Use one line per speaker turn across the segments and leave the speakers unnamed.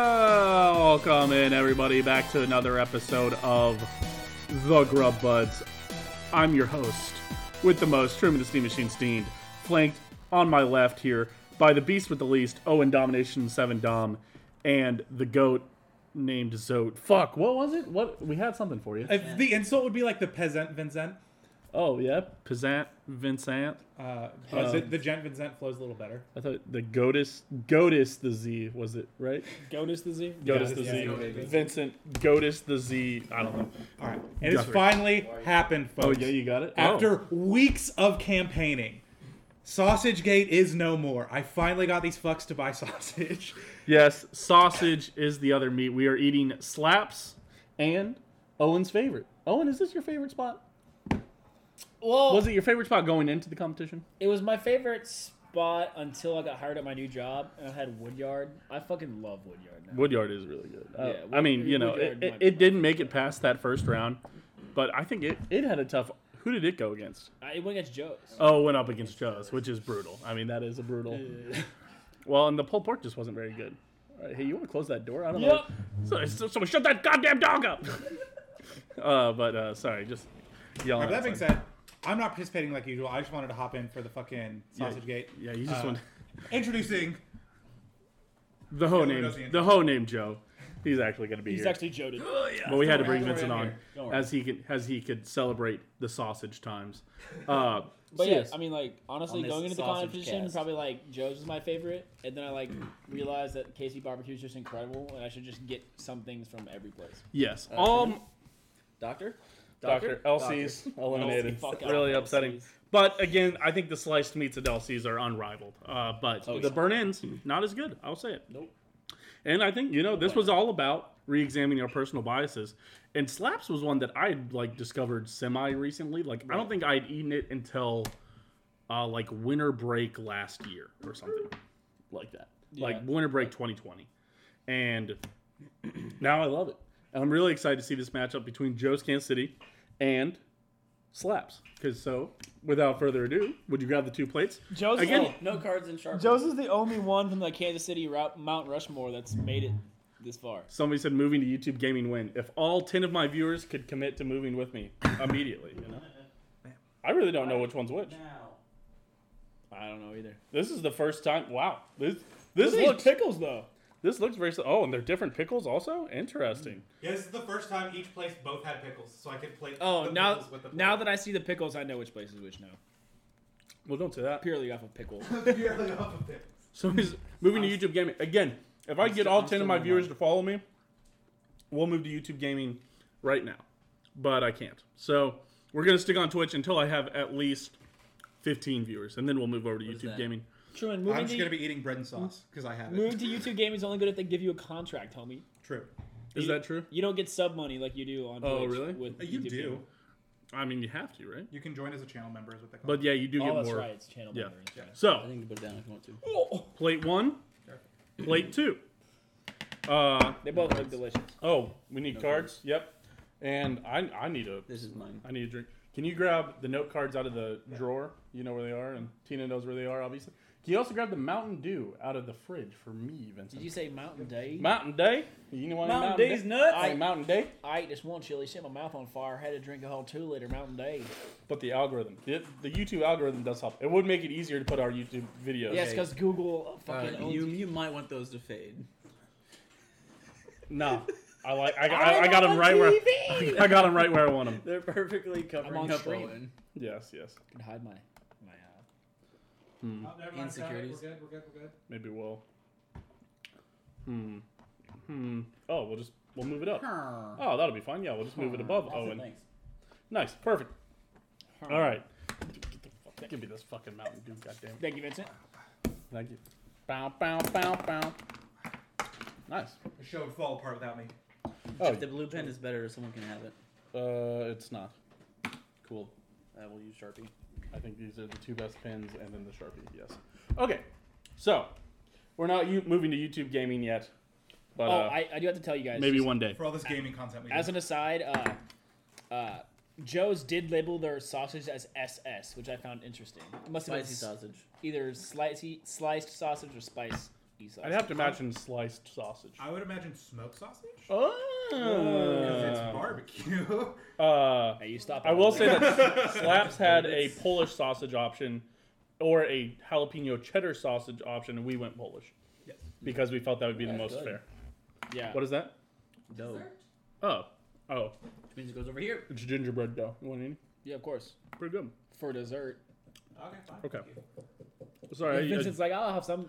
Welcome in, everybody, back to another episode of The Grub Buds. I'm your host with the most, Truman the Steam Machine Steamed, flanked on my left here by the beast with the least, Owen Domination 7 Dom, and the goat named Zote. Fuck, what was it? What We had something for you.
If Uh, the insult would be like the peasant Vincent.
Oh, yeah. Pizant, Vincent.
Uh, but the, the gent Vincent flows a little better.
I thought the goatess, goatess the Z, was it, right?
Goatus the Z?
Goatess the
Yeah,
Z.
yeah, yeah.
Vincent, goatess the Z. I don't know.
All right, and it's
Jeffrey.
finally happened, folks.
Oh, yeah, you got it?
After weeks of campaigning, Sausage Gate is no more. I finally got these fucks to buy sausage.
Yes, sausage is the other meat. We are eating slaps and Owen's favorite. Owen, is this your favorite spot?
Well,
Was it your favorite spot going into the competition?
it was my favorite spot until I got hired at my new job and I had Woodyard. I fucking love Woodyard now.
Woodyard is really good. Uh,
Yeah,
I mean, you know, it,
Woodyard
it,
might be
it didn't make it past that first round, but I think it, it had a tough. Who did it go against?
I, it went against Joe's.
Oh, it went up against Joe's, which is brutal. I mean, that is a brutal. Well, and the pulled pork just wasn't very good. All right, hey, you want to close that door? I don't know.
Yup.
So, so, so shut that goddamn dog up. uh, but uh, sorry, just yelling.
But that being
outside.
said, I'm not participating like usual. I just wanted to hop in for the fucking Sausage Gate.
Yeah, you just
Uh,
want
Introducing
the whole
who
name,
knows the answer?
the whole name Joe. He's actually going to be
He's
here.
actually Joded.
but we had to
Don't worry,
bring
don't
Vincent
worry,
on
I'm
Don't worry.
as he could as he could celebrate the sausage times. Uh,
But
so
yeah, I mean, like,
On
honestly,
this
going into the
sausage
competition,
cast.
probably like Joe's was my favorite. And then I like realized that KC Barbecue is just incredible and I should just get some things from every place.
yes, Um, all m-
Doctor?
Dr. Elsie's eliminated.
Elsie, fuck
really
out,
upsetting.
Elsie's.
But again, I think the sliced meats at Elsie's are unrivaled. Uh, but
Oh,
the
yeah.
burn ends not as good. I'll say it.
Nope.
And I think you know this was all about re-examining our personal biases. And slaps was one that I had like discovered semi recently. Like I don't think I had eaten it until uh, like winter break last year or something like that. Like
Yeah.
winter break 2020. And now I love it. And I'm really excited to see this matchup between Joe's Kansas City and Slaps. Because so, without further ado, would you grab the two plates?
Joe's,
Again-
Again,
No cards and sharp.
Joe's is the only one from the Kansas City route, Mount Rushmore that's made it this far.
Somebody said moving to YouTube gaming win. If all 10 of my viewers could commit to moving with me immediately, you know? I really don't know which one's which.
Now.
I don't know either.
This is the first time. Wow. This this
These
looks
pickles, though.
this looks very s- Oh, and they're different pickles also? Interesting.
Yeah, this is the first time each place both had pickles, so I could plate.
Oh,
the
now
pickles with the
now that I see the pickles, I know which place is which now.
Well, don't say that.
Purely off of pickle.
Purely off of pickles.
So he's moving to YouTube gaming again. If I get
still-
all
I'm
ten of
still
my
in
viewers
line.
to follow me, we'll move to YouTube gaming right now. But I can't. So we're gonna stick on Twitch until I have at least fifteen viewers, and then we'll move over to
What is
YouTube
that?
gaming.
Truman,
I'm
moving
just
to,
gonna be eating bread and sauce because I have it.
moving to YouTube Gaming is only good if they give you a contract, homie.
True.
Is that true?
You don't get sub money like you do on.
Oh,
Twitch
really?
With
Uh, You
YouTube
do.
Gaming.
I mean, you have to, right?
You can join as a channel member, is what they call
But
it.
yeah, you do
Oh,
get
that's
more.
right. It's channel
Yeah.
member. that's right.
I
So
think you can put it down if you want to.
Oh,
plate one, plate two. Uh
they both look delicious.
oh, we need
No
cards. Yep. And I I need a
This is mine.
I need a drink. Can you grab the note cards out of the drawer? You know where they are, and Tina knows where they are, obviously. Can you also grab the Mountain Dew out of the fridge for me, Vincent?
Did you say Mountain Day?
Mountain Day? You know what
Mountain Day's nuts.
I Mountain Day,
I ate this one chili, set my mouth on fire, had to drink a whole two liter Mountain Day.
but the algorithm, the, the YouTube algorithm does help. It would make it easier to put our YouTube videos.
Yes, because Google fucking
Uh,
owns.
you, you might want those to fade.
No, I like. I, got- I, I got them right where I got them right where I want them.
They're perfectly covering
I'm on
up
stream.
Owen.
Yes, yes.
I can hide my my. Uh,
Oh, never
mind, sorry, we're Insecurities.
We're good. We're good. We're good.
Maybe we'll. Hmm. Hmm. Oh, we'll just we'll move it up.
That's
Oh, that'll be fine. Yeah, we'll just move it above
it,
Owen.
thanks.
Nice, perfect.
huh.
All right. Give me this fucking Mountain Dew, goddamn.
Thank you,
Uh,
Vincent.
Thank you. Bow, bow, bow, bow. Nice.
The show would fall apart without me.
Oh,
If the blue pen is better, someone can have it.
uh, it's not.
Cool. I will use Sharpie.
I think these are the two best pins, and then the Sharpie. Yes. Okay. So, we're not u- moving to YouTube gaming yet, but
oh,
uh,
I, I do have to tell you guys.
maybe
just-
one day.
For all this gaming content we
As
do.
an aside, uh, uh, Joe's did label their sausage as SS, which I found interesting. It must have been
Spicy sausage.
either slicey, sliced sausage or spice Esau.
I'd have to imagine sliced sausage.
I would imagine smoked sausage.
Uh,
Because it's
Oh.
barbecue.
Uh,
Hey, you stop.
I will say that Slaps had a Polish sausage option or a jalapeno cheddar sausage option, and we went Polish
yes.
because we felt that would be the
Yeah,
most
good.
fair.
Yeah.
What is that?
Dough.
Oh, oh,
Which means it goes over here.
it's gingerbread dough. You want any?
yeah, of course.
Pretty good.
For dessert.
Okay, fine.
Okay.
thank you.
Sorry. I- I-
Vincent's like, I'll have some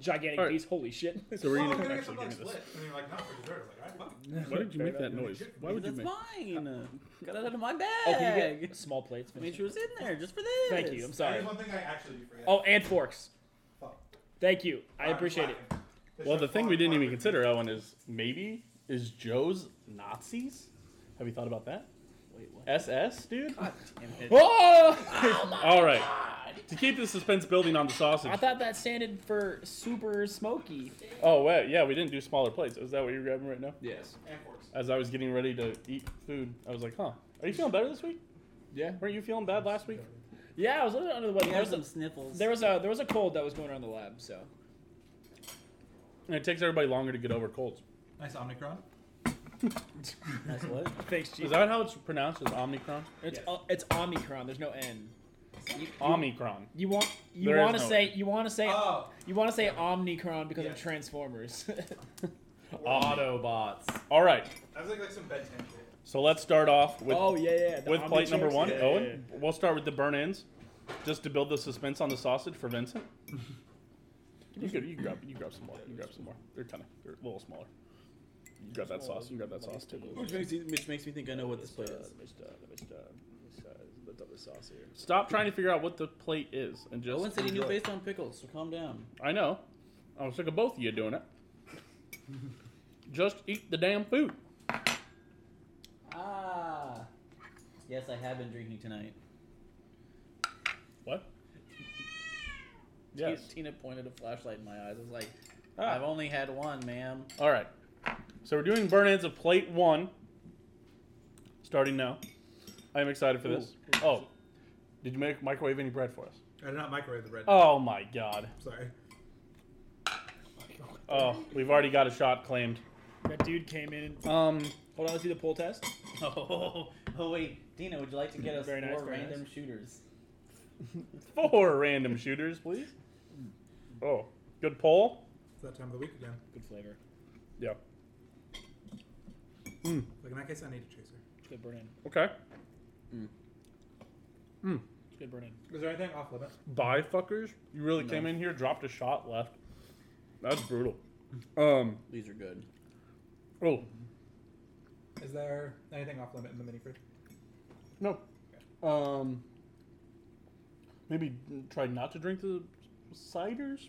gigantic
All right.
piece. Holy shit. Oh,
so we're
Well,
Oh, gonna
I'm gonna get
actually
some
give
like
me this.
split. And you're like, no, for dessert. I was like, all right, fuck. it.
Why did you
Fair
make that
enough.
noise? Why would you
That's
make?
mine. Got it out of my
Oh, can you
bag.
get small plates?
I mean, she
Vincent?
was in there just for this.
Thank you. I'm
There's
sorry.
one thing I actually do forget.
Oh, and forks.
Fuck.
Thank you. I
All right,
appreciate it.
fine. This
Well,
shit's
the thing
fine,
we didn't
fine.
even consider, Owen, is maybe is Joe's Nazis. Have you thought about that?
Wait, what?
SS, dude.
Damn it.
Oh! All right. To keep the suspense building on the sausage.
I thought that standard for super smoky.
Oh wait, yeah, we didn't do smaller plates. Is that what you're grabbing right now?
Yes.
And forks.
As I was getting ready to eat food, I was like, "Huh, are you feeling better this week?
Yeah.
Weren't you feeling bad last week?"
Yeah, I was a little under the weather.
You
There
have
was,
some
a,
sniffles.
there was a there was a cold that was going around the lab, so
And it takes everybody longer to get over colds.
Nice Omnicron.
That's what?
thanks,
Is
Jesus.
that how it's pronounced? Is Omicron?
It's o- it's Omicron. There's no N. You,
Omicron.
you want you
There is
want to
no
say
N.
you want to
uh,
say
Ah.
Oh.
you want to say Omnicron because of
Yes.
Transformers.
Autobots. All right,
That was like, like some bedtime shit.
so let's start off with
oh yeah, yeah. the
with plate number
Omnichicks?
one.
Yeah, yeah,
Owen,
yeah.
we'll start with the burn ends, just to build the suspense on the sausage for Vincent. you could you grab you grab some more. You grab some more. They're kind of they're a little smaller. You grab that sauce. You grab that sauce too.
Which makes, you- which makes me think I know what this plate is.
Stop trying to figure out what the plate is and just.
Owen said he knew
enjoy.
based on pickles, so calm down.
I know. I was sick of both of you doing it. just eat the damn food.
Ah. Yes, I have been drinking tonight.
What? Yes.
Tina pointed a flashlight in my eyes. I was like,
Ah.
I've only had one, ma'am.
All right. So we're doing burn ends of plate one. Starting now. I'm excited for this. Oh, did you make microwave any bread for us?
I did not microwave the bread.
Oh my god.
Sorry.
Oh, we've already got a shot claimed.
That dude came in. And,
Um,
hold on, let's do the pull test.
Oh, oh wait, Tina, would you like to get us
Very nice,
four
very
random
nice.
shooters?
four random shooters, please. Oh, good poll.
It's that time of the week again.
Good flavor.
Yeah.
Like in that case, I need a chaser.
Good burn in.
Okay.
Good burn in.
Is there anything off limit?
Bye, fuckers. You really came in here, dropped a shot, left. That's brutal. Um.
These are good.
Oh
Is there anything off limit in the mini fridge?
no. Um. Maybe try not to drink the ciders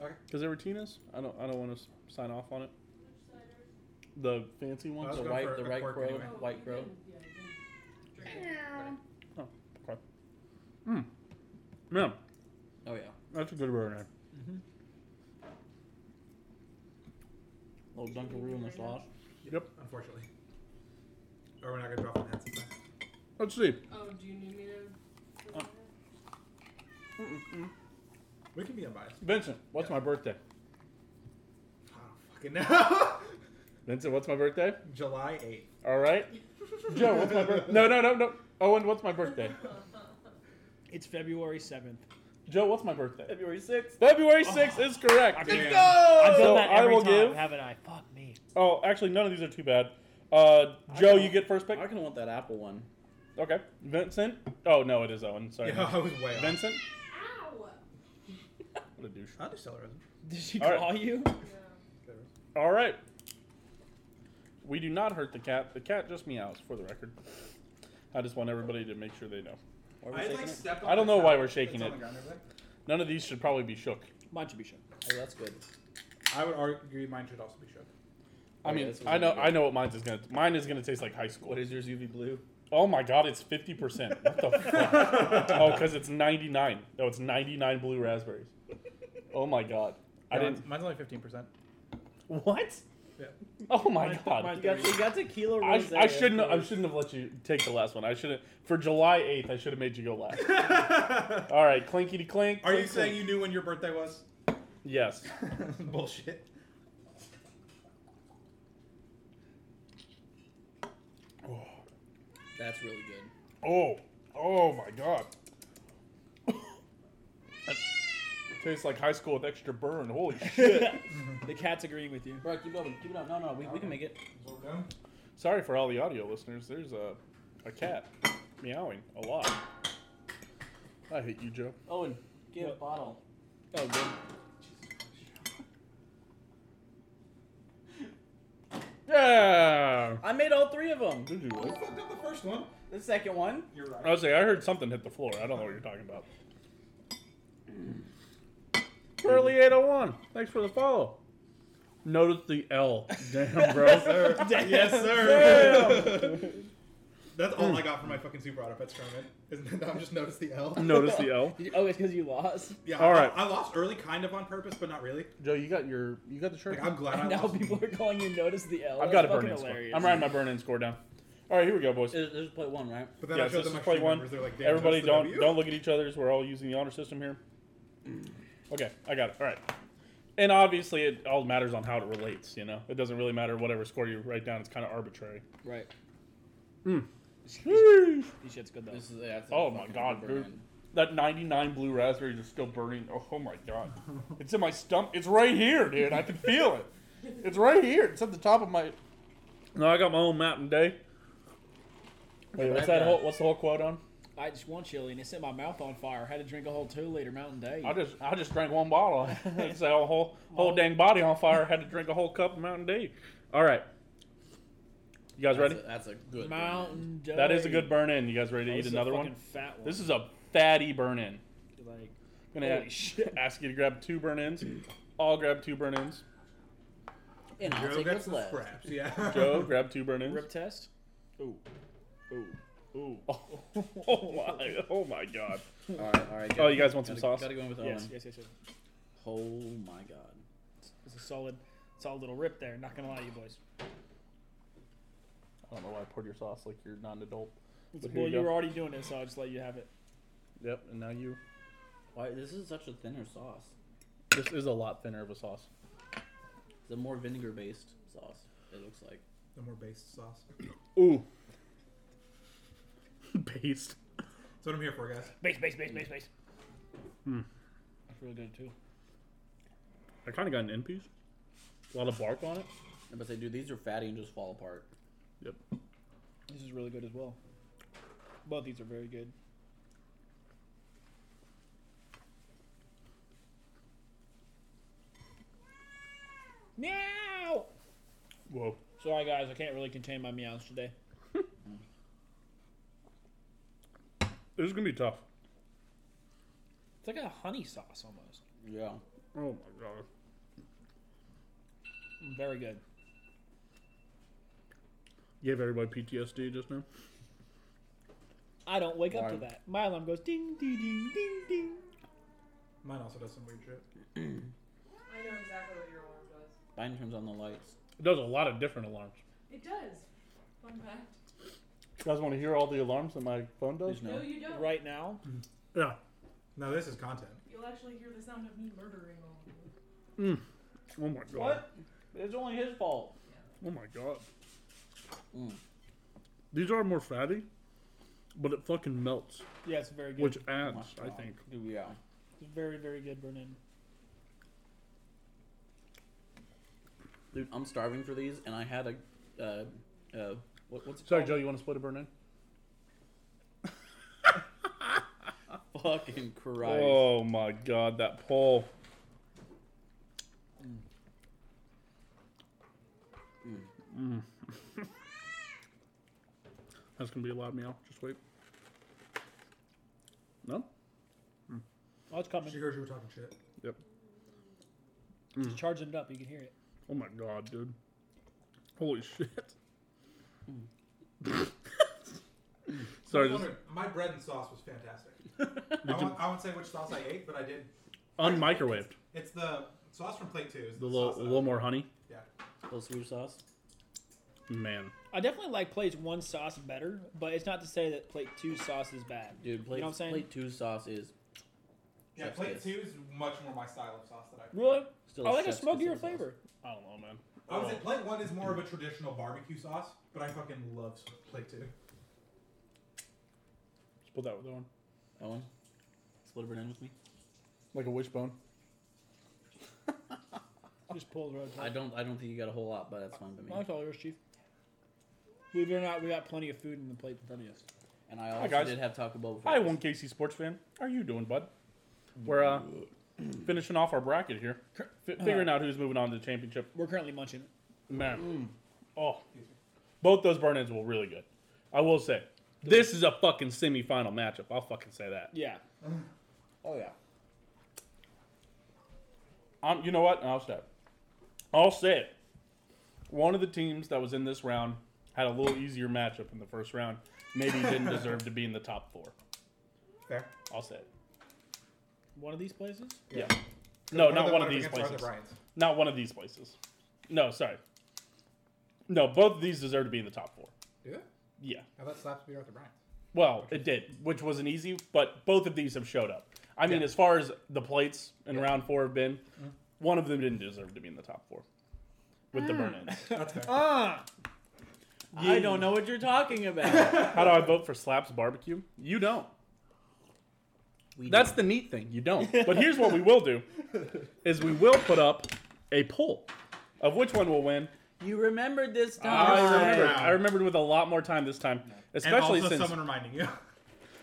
Okay.
because they were Tina's. I don't. I don't want to sign off on it. The fancy
I was
ones.
The
going
white,
for
the
a
right
cork
crow,
anyway.
white crow.
Oh, okay. Hmm. Yeah,
Oh yeah,
that's a good burger.
little Dunkaroo in the slosh.
Yep.
Unfortunately. Or we're not gonna drop on heads.
Let's see.
Oh, do you need me to?
Oh.
We can be unbiased.
Vincent, what's my birthday?
I don't fucking know.
Vincent, what's my birthday?
July eighth.
All right. Joe, what's my birthday? No, no, no, no. Owen, what's my birthday?
It's February seventh.
Joe, what's my birthday?
February sixth.
February 6th is correct.
Damn.
I've
So
done that every
I will
time,
give-
haven't I? Fuck me.
Oh, actually, none of these are too bad. Uh, Joe, you get first pick.
I can want that apple one.
Okay. Vincent. Oh, no, it is Owen. Sorry.
Yeah, I was way off.
Vincent.
Ow!
What a douche.
I'll do celery.
Did she
All right.
call you?
All right. We do not hurt the cat. The cat just meows, for the record. I just want everybody to make sure they know.
Why are we shaking it?
stepped
I don't know why we're shaking
It's on
it.
the ground over there.
None of these should probably be shook.
Mine should be shook.
Oh, that's good.
I would argue mine should also be shook.
I
Okay,
mean,
Oh, this was
I know,
really good.
I know what mine's is gonna. Mine is gonna taste like high school.
What is yours, UV blue?
Oh my god, it's fifty percent. What the fuck? Oh, because it's ninety nine. No, it's ninety nine blue raspberries. Oh my god, I
No,
didn't.
Mine's only fifteen percent.
What?
Yeah.
Oh my
Mine's-
god.
mine's
You got, you got tequila
I,
rosé.
I shouldn't. I shouldn't have let you take the last one. I should have. For July eighth, I should have made you go last. All right, clinky to clink.
Are you
clink, clink.
saying you knew when your birthday was?
Yes.
Bullshit.
That's really good.
Oh, oh my god. tastes like high school with extra burn. Holy shit.
The cat's agreeing with you.
Bro, keep going. Keep it up. No, no, we, we can make it.
Sorry for all the audio listeners. There's a, a cat meowing a lot. I hate you, Joe.
Owen, get a bottle.
Oh, good.
Yeah.
I made all three of them.
Did you really?
Fucked up the first one.
The second one.
You're
I
right.
was like, I heard something hit the floor. I don't know what you're talking about. Curly 801. Thanks for the follow. Notice the L. Damn, bro.
Yes, sir. That's all I got for my fucking super auto pets tournament. Isn't that? I just noticed the L.
Notice the L.
Did you- oh, it's because you lost.
Yeah.
Mm. All
I-
right.
I, lost early, kind of on purpose, but not really.
Joe, you got your you got the shirt.
Like I'm glad I
Now
lost.
people are calling you notice the L.
I've got a
That's
burn
fucking
in score.
hilarious.
I'm writing my burn in score down. All right, here we go, boys.
This this is plate one, right?
But then
Yeah,
I
so
showed
this
them my
is play
stream
one.
members. They're like, "Damn,
Everybody,
that's the
don't
W."
don't look at each other's. We're all using the honor system here. Okay, I got it. All right, and obviously it all matters on how it relates. You know, it doesn't really matter whatever score you write down. It's kind of arbitrary.
Right. This shit's good though.
This is yeah, it's a
Oh my
fucking
God,
burn.
dude. That 99 blue raspberry is still burning. Oh, oh my god, it's in my stump. It's right here, dude. I can feel it. It's right here. It's at the top of my. No, I got my own mountain day. Wait, what's that? Whole, what's the whole quote on?
I just want chili and it set my mouth on fire. had to drink a whole two liter Mountain Dew.
I just I just drank one bottle. Set the whole whole dang body on fire. Had to drink a whole cup of Mountain Dew. All right, you guys ready?
That's a, that's a good burn.
Mountain Dew.
That is a good burn in. You guys ready
Oh,
to
this
eat
is a
another
fucking
one?
Fat one.
This is a fatty burn in.
like
Gonna
Holy
a-
shit.
ask you to grab two burn ins. All grab two burn ins.
And I'll
Joe
take
gets
what's
the
left.
scraps. Yeah.
Joe, grab two burn ins.
rip test. Ooh, ooh, ooh.
Oh, oh my! Oh my God!
All right, all right.
Oh, you guys want some
gotta,
sauce?
Gotta go in with Owen.
Yes, yes, yes, yes.
Oh my god.
It's a solid, solid little rip there. Not gonna lie to you boys.
I don't know why I poured your sauce like you're not an adult. But here
well,
you
you
go.
were already doing it, so I'll just let you have it.
Yep, and now you.
Why this is such a thinner sauce?
This is a lot thinner of a sauce.
It's a more vinegar-based sauce. It looks like.
No more based sauce. That's
Ooh. Paste.
what I'm here for, guys.
Base, base, base, base, base. Hmm. That's really good too.
I kind of got an end piece. A lot of bark on it.
I'm about to say, dude, these are fatty and just fall apart.
Yep.
This is really good as well. Both these are very good. Meow.
Whoa.
Sorry guys, I can't really contain my meows today.
This is gonna be tough.
It's like a honey sauce almost.
Yeah.
Oh my god.
Very good.
Gave everybody PTSD just now.
I don't wake up to
Why?
that. My alarm goes ding, ding, ding, ding, ding.
Mine also does some weird shit.
I know exactly what your alarm does.
Mine turns on the lights.
It does a lot of different alarms.
It does. Fun fact.
You guys want to hear all the alarms that my phone does?
There's no.
No, you don't.
Right now,
Yeah.
No, this is content.
You'll actually hear the sound of me murdering all of you.
Oh my god.
What? It's only his fault.
Oh my god.
Mm.
These are more fatty, but it fucking melts,
yeah, it's very good.
which adds,
My
I
God.
think.
Dude, yeah.
It's very, very good, Brennan.
Dude, I'm starving for these, and I had a, uh, uh, what, what's it
Sorry, Joe,
called?
you want to split a burn in?
Fucking Christ.
Oh my god, that Paul. Mm. That's gonna be a loud meow. Just wait. No.
Oh, it's coming.
She heard you were talking shit.
Yep.
Just charging it up. You can hear it.
Oh my god, dude. Holy shit. Sorry, just
Wondering, my bread and sauce was fantastic. I, won't, I won't say which sauce I ate, but I did.
unmicrowaved.
It's the sauce from plate two. Is
The
the
little,
sauce
a
that I-
little more honey.
Yeah.
Little sweet sauce.
Man,
I definitely like plates one sauce better, but it's not to say that plate two sauce is bad.
Dude, plate,
you know what I'm saying?
plate two sauce is
Yeah,
Chef's
plate
kiss.
two is much more my style of sauce that I
Really?
Still
I like a
chef's
smokier
kiss of sauce.
flavor. I don't know, man.
I
Oh.
was at plate one is more of a traditional barbecue sauce, but I fucking love plate two.
Just put that with one.
Owen, split a banana with me.
Like a wishbone.
Just pull the road.
I don't. I don't think you got a whole lot, but that's fine by me.
That's all yours, Chief. Believe it or not, we got plenty of food in the plate in front of us.
And I also
guys.
did have Taco Bell. Before
Hi, one KC sports fan. How are you doing, bud? We're uh, finishing off our bracket here, Fi-
Uh.
figuring out who's moving on to the championship.
We're currently munching.
Mm.
Man, oh, both those burn ins were really good. I will say, this is a fucking semifinal matchup. I'll fucking say that.
Yeah.
Oh yeah.
Um, you know what? I'll say it. I'll say it. One of the teams that was in this round had a little easier matchup in the first round. Maybe didn't deserve to be in the top four.
Fair.
I'll say it.
One of these places?
Yeah. No,
One
not
the-
one of
up
these
against Arthur
places.
Bryant's.
Not one of these places. No, sorry. No, both of these deserve to be in the top four.
Do it?
Yeah.
How about slaps beat Arthur Bryant's?
Well, it did, which wasn't easy, but both of these have showed up. I mean,
Yeah.
as far as the plates in round four have been, one of them didn't deserve to be in the top four with the burn ins.
That's fair.
Uh,
Ah!
I don't know what you're talking about.
How do I vote for Slaps Barbecue? You don't.
we
That's
did.
the neat thing. You don't. But here's what we will do: is we will put up a poll of which one will win.
You remembered this time.
I remembered.
Wow.
I remembered with a lot more time this time,
and
especially
also
since
someone reminding you.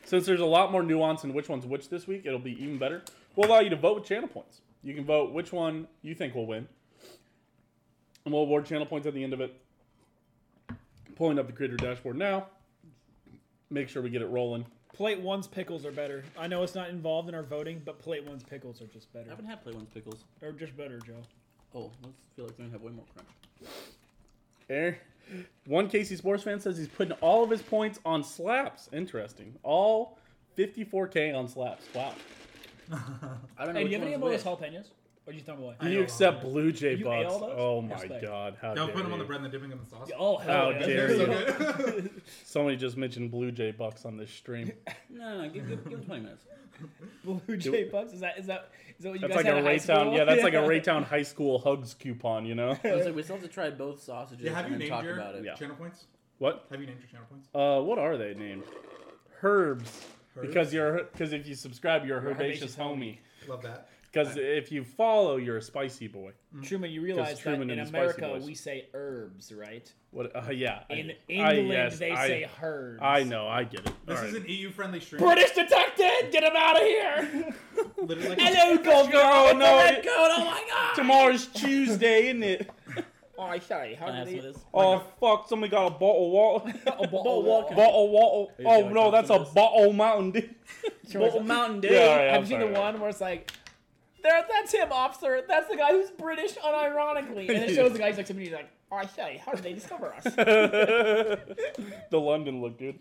since there's a lot more nuance in which one's which this week. It'll be even better. We'll allow you to vote with channel points. You can vote which one you think will win, and we'll award channel points at the end of it. Pulling up the creator dashboard now. Make sure we get it rolling.
Plate one's pickles are better. I know it's not involved in our voting, but plate one's pickles are just
I
better.
haven't had play one's pickles.
Or just better, Joe.
Oh, I feel like they're gonna have way more crunch.
Aaron, Eh. one Casey sports fan says he's putting all of his points on slaps. Interesting. All 54k on slaps. Wow.
I don't know.
Hey, do
which
you have any of
one's
those
which.
jalapenos? Or you throw them away?
I
Do you
don't
accept
know.
Blue Jay
You
Bucks?
ale those?
Oh my
Respect.
god! How
Don't
dare
put them on the
you.
bread and dipping them in sauce.
oh, hell
How
yeah.
dare
They're
you.
so good.
Somebody just mentioned Blue Jay Bucks on this stream.
No, no, no. Give, give, give them 20 minutes.
Blue Jay Bucks? Is that, is that, is that what you
That's
guys
like a
had in high
Raytown.
school?
Yeah, that's like a Raytown High School hugs coupon. You know
I was like, we still have to try both sausages
yeah, have
and
you
then
named
talk
your
about it.
Yeah.
channel points?
what?
Have you named your channel points?
Uh, what are they named? Herbs. Because you're because if you subscribe, you're a
You're a
herbaceous
herbaceous
homie.
Love that.
Because if you follow, you're a spicy boy.
Truman, you realize that
Truman
in
and the Spicy
America
Boys.
we say herbs, right?
What? Uh, yeah. I-
In
I-
England,
yes,
they
I-
say herbs.
I know, I get it.
This
All
is
right.
an EU friendly stream.
British detective, get him out of here!
Literally,
Hello, Gold
Oh, no, it-
Oh my god!
tomorrow's Tuesday, isn't it?
Oh, I say, how
Can I
did
have some of
he?
this?
Oh fuck! Somebody got a bottle of water.
A bottle
Bottle of
of
water.
water.
bottle of water.
you
Oh
feeling
no, that's a
comfortable?
bottle Mountain Dew.
Well, Mountain Dew.
Yeah, all right, I'm
Have you seen the
sorry.
one where it's like, there, that's him, officer. That's the guy who's British, unironically. And it shows the guy he's like, somebody he's like, oh, I say, how did they discover us?
the London look, dude.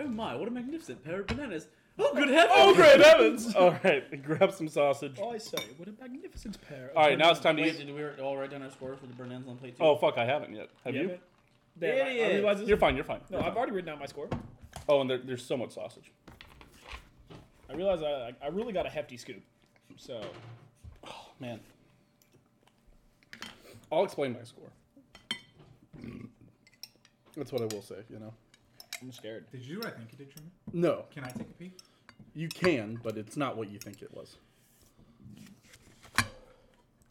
Oh my, what a magnificent pair of bananas. Oh, good heavens.
Oh great heavens! All right, grab some sausage.
oh, I say, what a magnificent pair.
All right, now it's time to
Wait,
eat.
did we all write down our scores for the bananas on plate two?
Oh fuck, I haven't yet. Have
Yeah,
you?
Damn, I- I
Idiot.
realize this-
You're fine. You're fine.
No,
You're
I've
fine.
already written down my score.
Oh, and there, there's so much sausage.
I realize I, I really got a hefty scoop. So,
Man. I'll explain my score. That's what I will say, you know.
I'm scared.
Did you do what I think you did, Truman?
No,
Can I take a peek?
you can, but it's not what you think it was.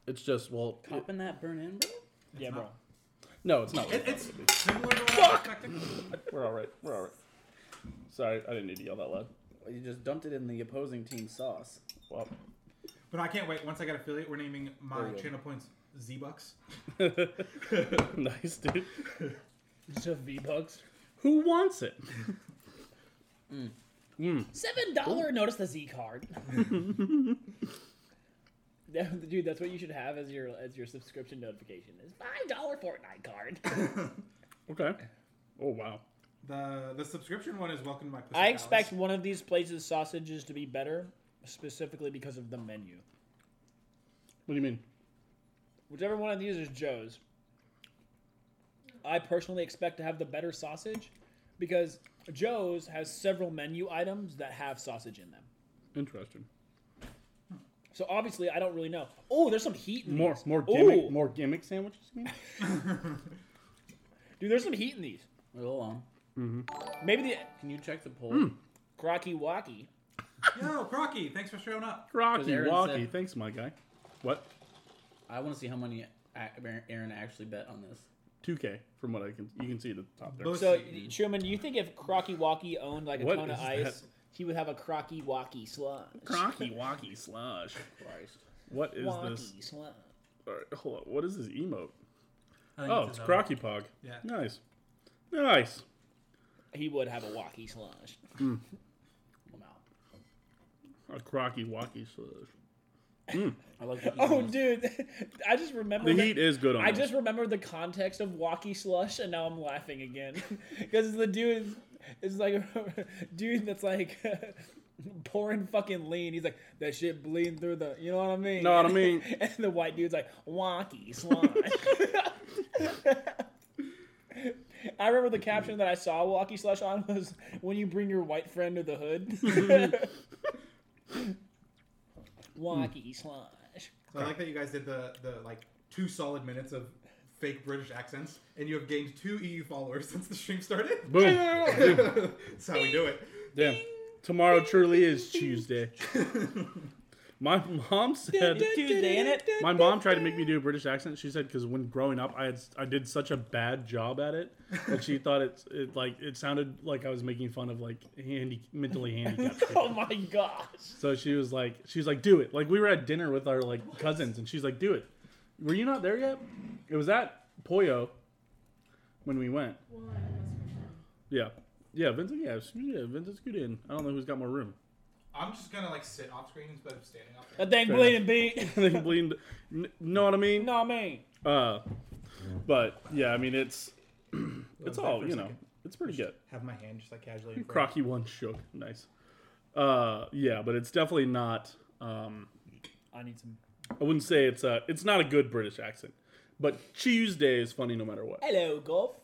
It's just well, it-
Popping that burn in, bro?
yeah, bro.
not-
no, it's not. What
It,
it
it's
was.
similar to what I was expecting.
We're all right. We're all right. Sorry, I didn't need to yell that loud.
Well, you just dumped it in the opposing team's sauce.
Well,
But I can't wait. Once I get affiliate, we're naming
There
my
you go.
channel points Z Bucks.
nice dude.
Just have V bugs.
Who wants it?
Seven dollar notice the Z card. That- Dude, that's what you should have as your as your subscription notification is five dollar Fortnite card.
Okay. Oh wow.
The the subscription one is welcome to my. Pussy
I expect
Palace.
one of these places sausages to be better, specifically because of the menu.
What do you mean?
Whichever one of these is Joe's, I personally expect to have the better sausage because Joe's has several menu items that have sausage in them.
Interesting.
So obviously, I don't really know. Oh, there's some heat in
More,
these.
more gimmick,
Ooh.
more gimmick sandwiches. You mean?
Dude, there's some heat in these.
Hold on.
Maybe the
Can you check the poll?
Hmm.
Crocky Walkie.
Yo, Crocky, thanks for showing up.
Because
Rocky,
Aaron
Rocky.
said-
Thanks, my guy. What?
I want to see how many a- Aaron actually bet on this.
2K from what I can you can see at the top there.
Both-
So Truman, do you think if Crocky Walkie owned like a
What
ton of
is
ice,
that?
he would have a Crocky Walkie slush?
Crocky Walkie slush.
Christ.
What is
Walkie
this?
slush.
all right, hold on. What is this emote?
I think
Oh, it's
another-
Crocky Pog.
Yeah.
Nice. Nice.
He would have a Walkie slush.
I'm out.
A Crocky Walkie slush.
I like the heat
Oh,
on this.
dude, I just remember
The
that-
heat is good on
I
this.
just remember the context of Walkie Slush, and now I'm laughing again because the dude is, is like a dude that's like pouring fucking lean. He's like that shit bleeding through the, you know what I mean?
Know what I mean.
and the white dude's like Walkie Slush. I remember the caption that I saw Walkie Slush on was when you bring your white friend to the hood. Walkie Slush.
So I like that you guys did the the like two solid minutes of fake British accents, and you have gained two EU followers since the stream started.
Boom.
That's how we do it.
Damn. Tomorrow truly is Tuesday. My mom said
Tuesday in it.
my mom tried to make me do a British accent. She said because when growing up, I had I did such a bad job at it that she thought it it like it sounded like I was making fun of like handy mentally handicapped. people.
Oh my gosh.
So she was like, she's like, do it. Like we were at dinner with our like cousins, and she's like, do it. Were you not there yet? It was at Pollo when we went.
Well, I must return.
Yeah, yeah, Vincent. Yeah, s- yeah, Vincent, scoot in. I don't know who's got more room.
I'm just gonna like sit off screen instead of standing up.
That thing
Fair
bleeding beat.
they can bleed. N- know what I mean?
no, I mean.
Uh, but yeah, I mean it's it's all you know. It's pretty good.
Have my hand just like casually. in front.
Crocky one shook. Nice. Uh, yeah, but it's definitely not. Um,
I need some.
I wouldn't say it's a. It's not a good British accent. But Tuesday is funny no matter what.
Hello, Golf.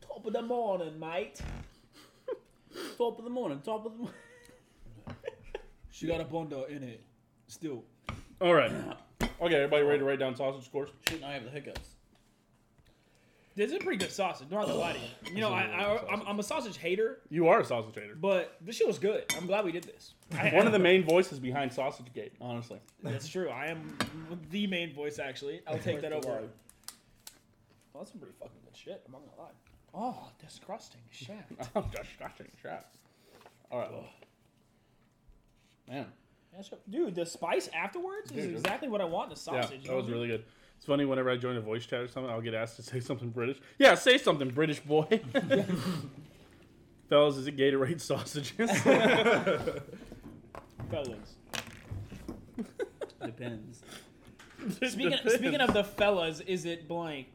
Top of the morning, mate.
Top of the morning. Top of the morning.
She got a bunda in it. Still.
All right. Okay, everybody ready to write down sausage scores?
Shit, now I have the hiccups.
This is a pretty good sausage. Not gonna lie to you. You know, I, I, I'm, I'm a sausage hater,
You are a sausage hater.
but this shit was good. I'm glad we did this. I,
One of the main voices behind Sausage Gate, honestly.
That's true. I am the main voice, actually. I'll take that over.
Word.
Well, that's some pretty fucking good shit. I'm not gonna lie. Oh, disgusting shit.
I'm just touching crap. All right.
Man,
That's what- Dude, the spice afterwards is
Dude, it-
exactly what I want in a
Yeah,
sausage.
that was really good. It's funny whenever I join a voice chat or something, I'll get asked to say something British. Yeah, say something British, boy. Fellas, is it Gatorade sausages?
Fellas.
depends.
Speaking, speaking of the fellas, is it blank?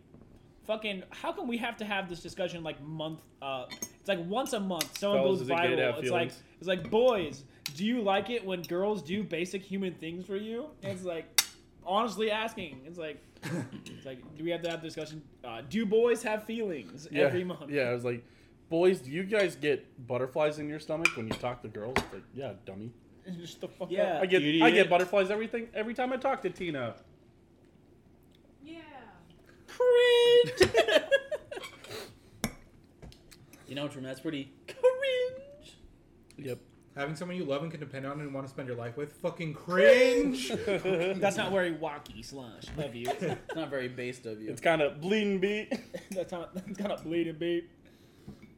Fucking, how come we have to have this discussion like month? Uh, it's like once a month. Someone
Fellas,
goes
is it gay to have
viral. It's like
feelings?
it's like boys. Do you like it when girls do basic human things for you? And it's like honestly asking. It's like it's like do we have to have discussion? Uh, do boys have feelings
yeah,
every month?
Yeah, I was like, boys, do you guys get butterflies in your stomach when you talk to girls? It's like, yeah, dummy.
Just the fuck
Yeah.
up.
I get
Idiot.
I get butterflies everything every time I talk to Tina.
Yeah.
You know, Truman, that's pretty cringe.
Yep.
Having someone you love and can depend on and want to spend your life with, fucking cringe.
That's not very wacky slash. Love you.
It's not very based of you.
It's kind of bleeding beat.
that's not that's kind of bleeding beep.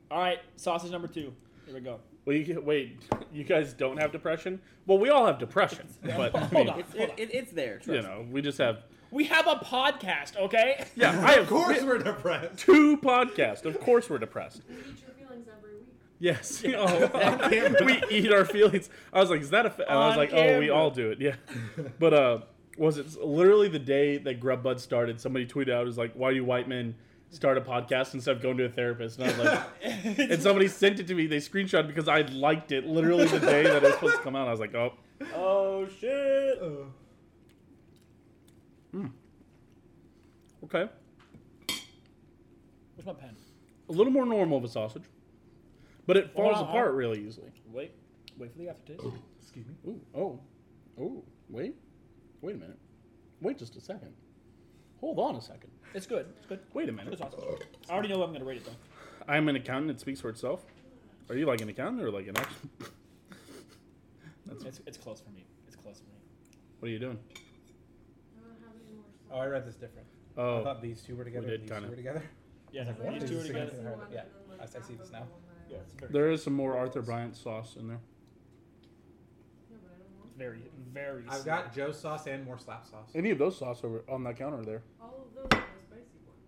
All right, sausage number two. Here we go.
Well, you, get- wait, you guys don't have depression? Well, we all have depression, but I mean,
Hold on.
It's, it, it, it's there. Trust
you know, we just have.
We have a podcast, okay?
Yeah, I have
of course we're depressed.
two podcasts. Of course, we're depressed.
You eat your feelings every week.
Yes, Oh, we eat our feelings. I was like, is that a? Fa-? And I was
On
like, oh, we
camera.
all do it. Yeah, but uh, was it literally the day that Grubbud started? Somebody tweeted out, it was like, why do white men? Start a podcast instead of going to a therapist, and I was like, and somebody sent it to me. They screenshot because I liked it literally the day that it was supposed to come out. I was like, oh,
Oh, shit.
Uh,
okay.
Where's my pen?
a little more normal of a sausage, but it falls
Hold on,
apart really easily.
Wait, wait for the aftertaste.
excuse me.
Ooh, oh, oh, wait,
Wait a minute. Wait just a second. Hold on a second.
It's good. It's good.
Wait a minute.
It's awesome. I already know what I'm gonna rate it though.
I'm an accountant. It speaks for itself. Are you like an accountant or like an action?
It's, it's close for me. It's close for me.
What are you doing?
I don't have any more
Oh, I read this different. I
Oh,
thought these two were together.
did
and these
kinda.
two were together.
Yeah,
Like, what
these
is
two are
this
together.
again? Yeah, I- I see this now.
Yeah, it's very,
there is some more Arthur Bryant sauce in there.
very, very.
I've
similar.
got Joe sauce and more slap sauce.
Any of those sauce over on that counter there?
All of those are the spicy ones.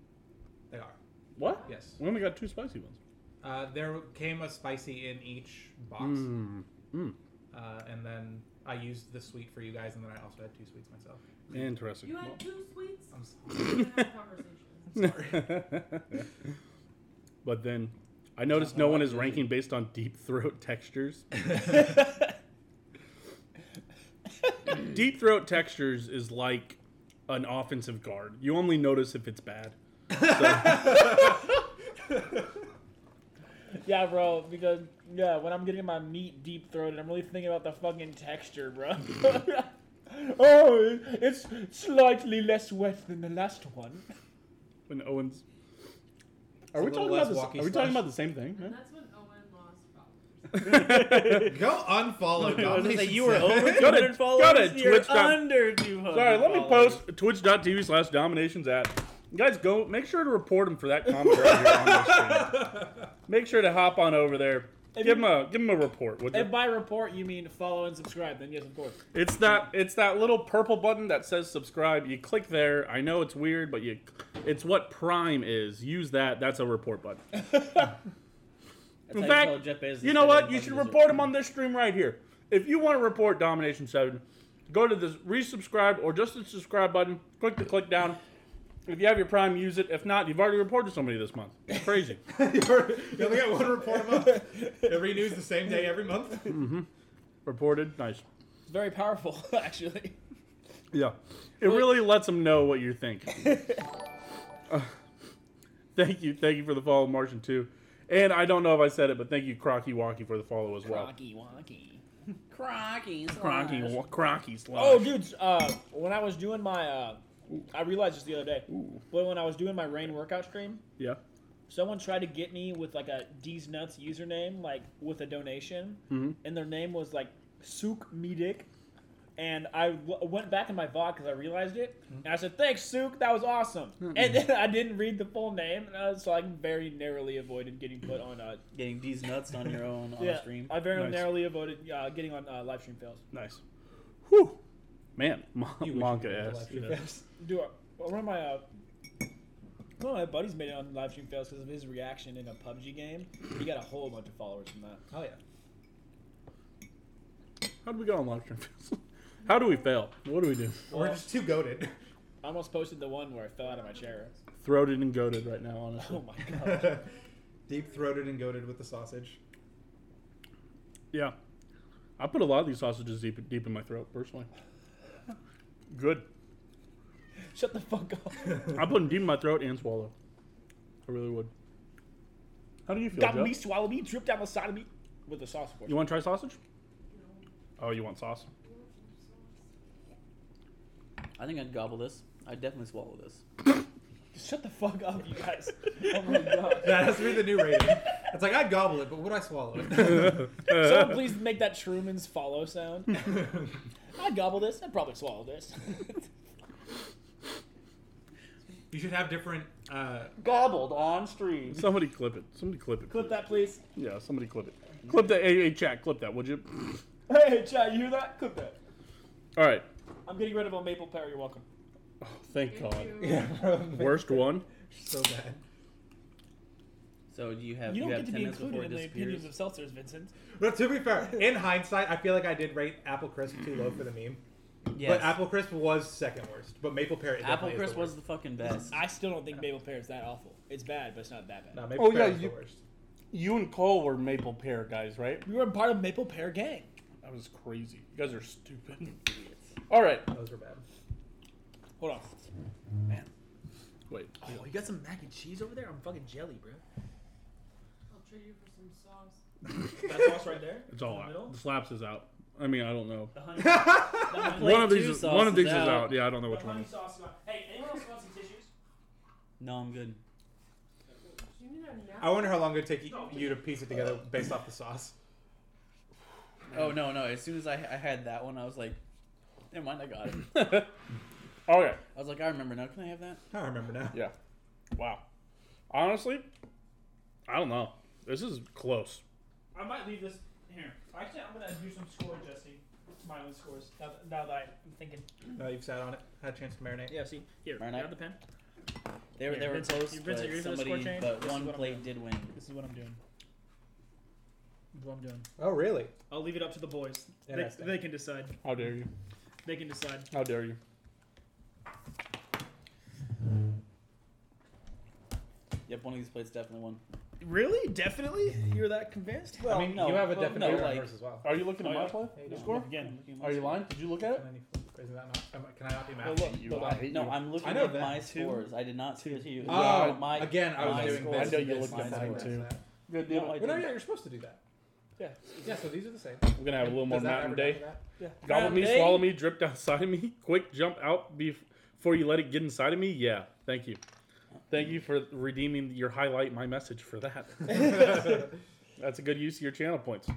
They are.
What?
Yes.
We only got two spicy ones.
Uh, there came a spicy in each box,
Mm,
Mmm. Mmm.
uh, and then I used the sweet for you guys, and then I also had two sweets myself.
Mm, Interesting.
You had two sweets.
I'm s-
We're gonna have a conversation.
but then I noticed no one is ranking based on deep throat textures. deep throat textures is like an offensive guard. You only notice if it's bad.
Yeah, bro, because yeah, when I'm getting my meat deep throated, I'm really thinking about the fucking texture, bro. oh, it- it's slightly less wet than the last one.
When Owens. Are
a
we
little
talking about
less
the,
walkie
Are we
slash.
talking about the same thing?
And
man?
that's when Owen lost followers.
Go unfollow.
I was gonna say
Domination
you were
Seven.
over
Go to-
200 followers.
go to
and you're
Twitch dot-
under 200.
Sorry, let me
followers.
post twitch.tv slash dominations at. Guys, go make sure to report him for that comment right here on this stream. Make sure to hop on over there. give him a give him a report. Would you?
If by report you mean follow and subscribe, then yes, of course.
It's that it's that little purple button that says subscribe. You click there. I know it's weird, but you it's what Prime is. Use that. That's a report button.
That's
in
how
fact,
tell Jeff Bezos
You know what?
fucking
You should
lizard.
report him on this stream right here. If you want to report Domination 7, go to the resubscribe or just the subscribe button. Click the click down. If you have your Prime, use it. If not, you've already reported somebody this month. It's crazy.
you only got one report a month. It renews the same day every month.
Reported. Nice.
It's very powerful, actually.
Yeah. It really lets them know what you think. Uh, thank you. Thank you for the follow, Martian 2. And I don't know if I said it, but thank you, Crocky Walkie, for the follow as well.
Rocky, wonky.
Crocky.
Crocky,
slash.
Wa- Crocky slash.
Oh, dude, uh, when I was doing my, uh, I realized this the other day, but when I was doing my rain workout stream,
Yeah.
someone tried to get me with like a D's Nuts username, like with a donation, and their name was like Sook Medic. And I w- went back in my VOD because I realized it, and I said, "Thanks, Sook, that was awesome." And then I didn't read the full name, and I was, so I very narrowly avoided getting put on. Uh,
Getting these nuts on your own on
yeah,
a stream.
I very
Nice.
narrowly avoided uh, getting on uh, live stream fails.
Nice. Whew. Man, Mon-
You wish you were
Monka
able to
ass.
actually
Yeah.
fix.
Do I, one of my uh, one of my buddies made it on live stream fails because of his reaction in a PUBG game. He got a whole bunch of followers from that.
Oh yeah.
How do we go on live stream? How do we fail? What do we do?
We're just too goaded.
I almost posted the one where I fell out of my chair.
Throated and goaded right now, honestly.
Oh my god.
Deep throated and goaded with the sausage.
Yeah. I put a lot of these sausages deep, deep in my throat, personally. Good.
Shut the fuck up.
I put them deep in my throat and swallow. I really would. How do you feel,
Gobble
Joe?
me, swallow me, drip down the side of me. With the sauce, of course.
You want to try sausage? Oh, you want sauce?
I think I'd gobble this. I'd definitely swallow this.
Shut the fuck up, you guys. oh my god.
That has to be the new rating. It's like I'd gobble it, but would I swallow it?
Someone please make that Truman's follow sound. I'd gobble this. I'd probably swallow this.
you should have different. Uh,
Gobbled on stream.
Somebody clip it. Somebody clip it.
Clip that, please.
Yeah, somebody clip it. Clip that. Hey, hey, chat, clip that, would you?
Hey, Chad, you hear that? Clip that.
All right.
I'm getting rid of a maple pear. You're welcome.
Oh, thank
Thank
God.
you.
yeah,
Worst one?
so bad.
So do you have
You
you,
don't get
have
to
ten
be
minutes
included
before it
in the
disappears?
opinions of seltzers, Vincent.
But to be fair, in hindsight, I feel like I did rate apple crisp too low for the meme.
Yes.
But apple crisp was second worst. But maple pear.
Apple crisp was the fucking best.
I still don't think maple pear is that awful. It's bad, but it's not that bad.
No, maple
Oh,
pear
yeah,
was
you-
the worst.
You and Cole were maple pear guys, right?
We were part of maple pear gang.
That was crazy. You guys are stupid. All right.
Those were bad.
Hold on.
Wait.
Oh, you got some mac and cheese over there? I'm fucking jelly, bro.
I'll trade you for some sauce.
That sauce right there?
It's all out. The slaps is out. I mean, I don't know.
The honey, the honey,
One of
Plate
these,
two
is,
sauce
one of
is
these is
out.
out. Yeah, I don't know
the
which one.
honey sauce. is on- Hey, anyone else want some tissues?
No, I'm good.
You need a napkin.
I wonder how long it'd take y- you to piece it together based off the sauce.
Oh no, no. As soon as I, I had that one, I was like, never mind. I got it.
Okay.
I was like, I remember now. Can I have that?
I remember now.
Yeah. Wow. Honestly, I don't know. This is close.
I might leave this here. Actually, I'm gonna do some score adjusting. My own scores. Now, that- now that I'm thinking.
Now you've sat on it, had a chance to marinate.
Yeah. See here.
Marinate.
Grab the pen.
They were,
Yeah,
they were
Vince, you-
close,
Vince,
but
you ready for the score
somebody,
change?
but
This is
one
what I'm
plate
doing.
did win.
This is what I'm doing. This is what I'm doing.
Oh, really?
I'll leave it up to the boys. They,
Interesting.
they can decide.
How dare you?
They can decide.
How dare you?
Yep, one of these plates definitely won.
Really? Definitely? You're that convinced?
I mean,
no,
you have a
well,
definite
no,
winner
like-
first as well.
Are you looking at
Oh,
my
yeah.
play? The score?
Again.
Are you lying? Did you look at it?
Isn't that not? am I- Can I not be mad?
Well, look,
You-
look,
I hate
No,
you.
I'm looking
I know
at
that.
my
Two.
scores. I did not see it to you.
Oh,
my,
again, I was
my
doing
scores.
this.
I know you
this,
looked at
this,
mine,
this,
too.
that.
God damn
No, I
it.
Well, no,
didn't.
yeah, you're supposed to do that.
Yeah.
Yeah, so these are the same.
We're gonna have a little more
Does that
mountain
ever
day.
matter that?
Gobble
Mountain
me,
Day?
swallow me, drip down side of me. Quick, jump out bef- before you let it get inside of me. Yeah, thank you. Thank you for redeeming your highlight my message for that. That's a good use of your channel points.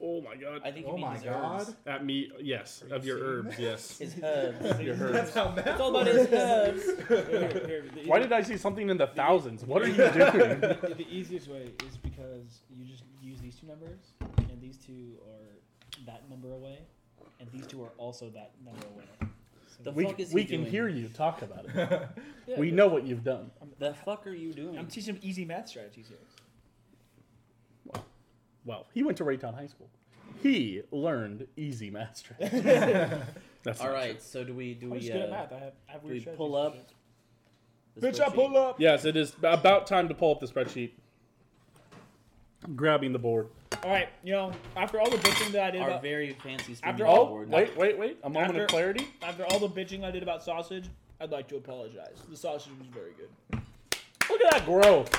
Oh my god.
I think you
Oh
mean
my
his herbs.
god.
At me, yes,
Are you
of your
serious?
herbs, yes.
His herbs.
your
That's
herbs.
how math
It's all about his herbs.
Why did I see something in the thousands? What are you doing?
the, the easiest way is because you just use these two numbers, and these two are that number away, and these two are also that number away. So
The
we
fuck is he
we can
doing?
hear you talk about it.
Yeah,
we
but
know what you've done.
The fuck are you doing?
I'm teaching them easy math strategies here.
Well, he went to Raytown High School. He learned easy math strategy. That's
all
not
right, so do we do
I'm
we
just
uh,
good at math. I have, I have
do we
weird
pull up? the
Bitch, I
spreadsheet?
pull up.
true. Yes, it is about time to pull up the spreadsheet. I'm grabbing the board.
All right, you know, after all the bitching that I did
Our
about,
very fancy
After
spinning
all-
Oh,
board.
wait, wait, wait. A moment
After-
of clarity.
after all the bitching I did about sausage, I'd like to apologize. The sausage was very good.
Look at that growth.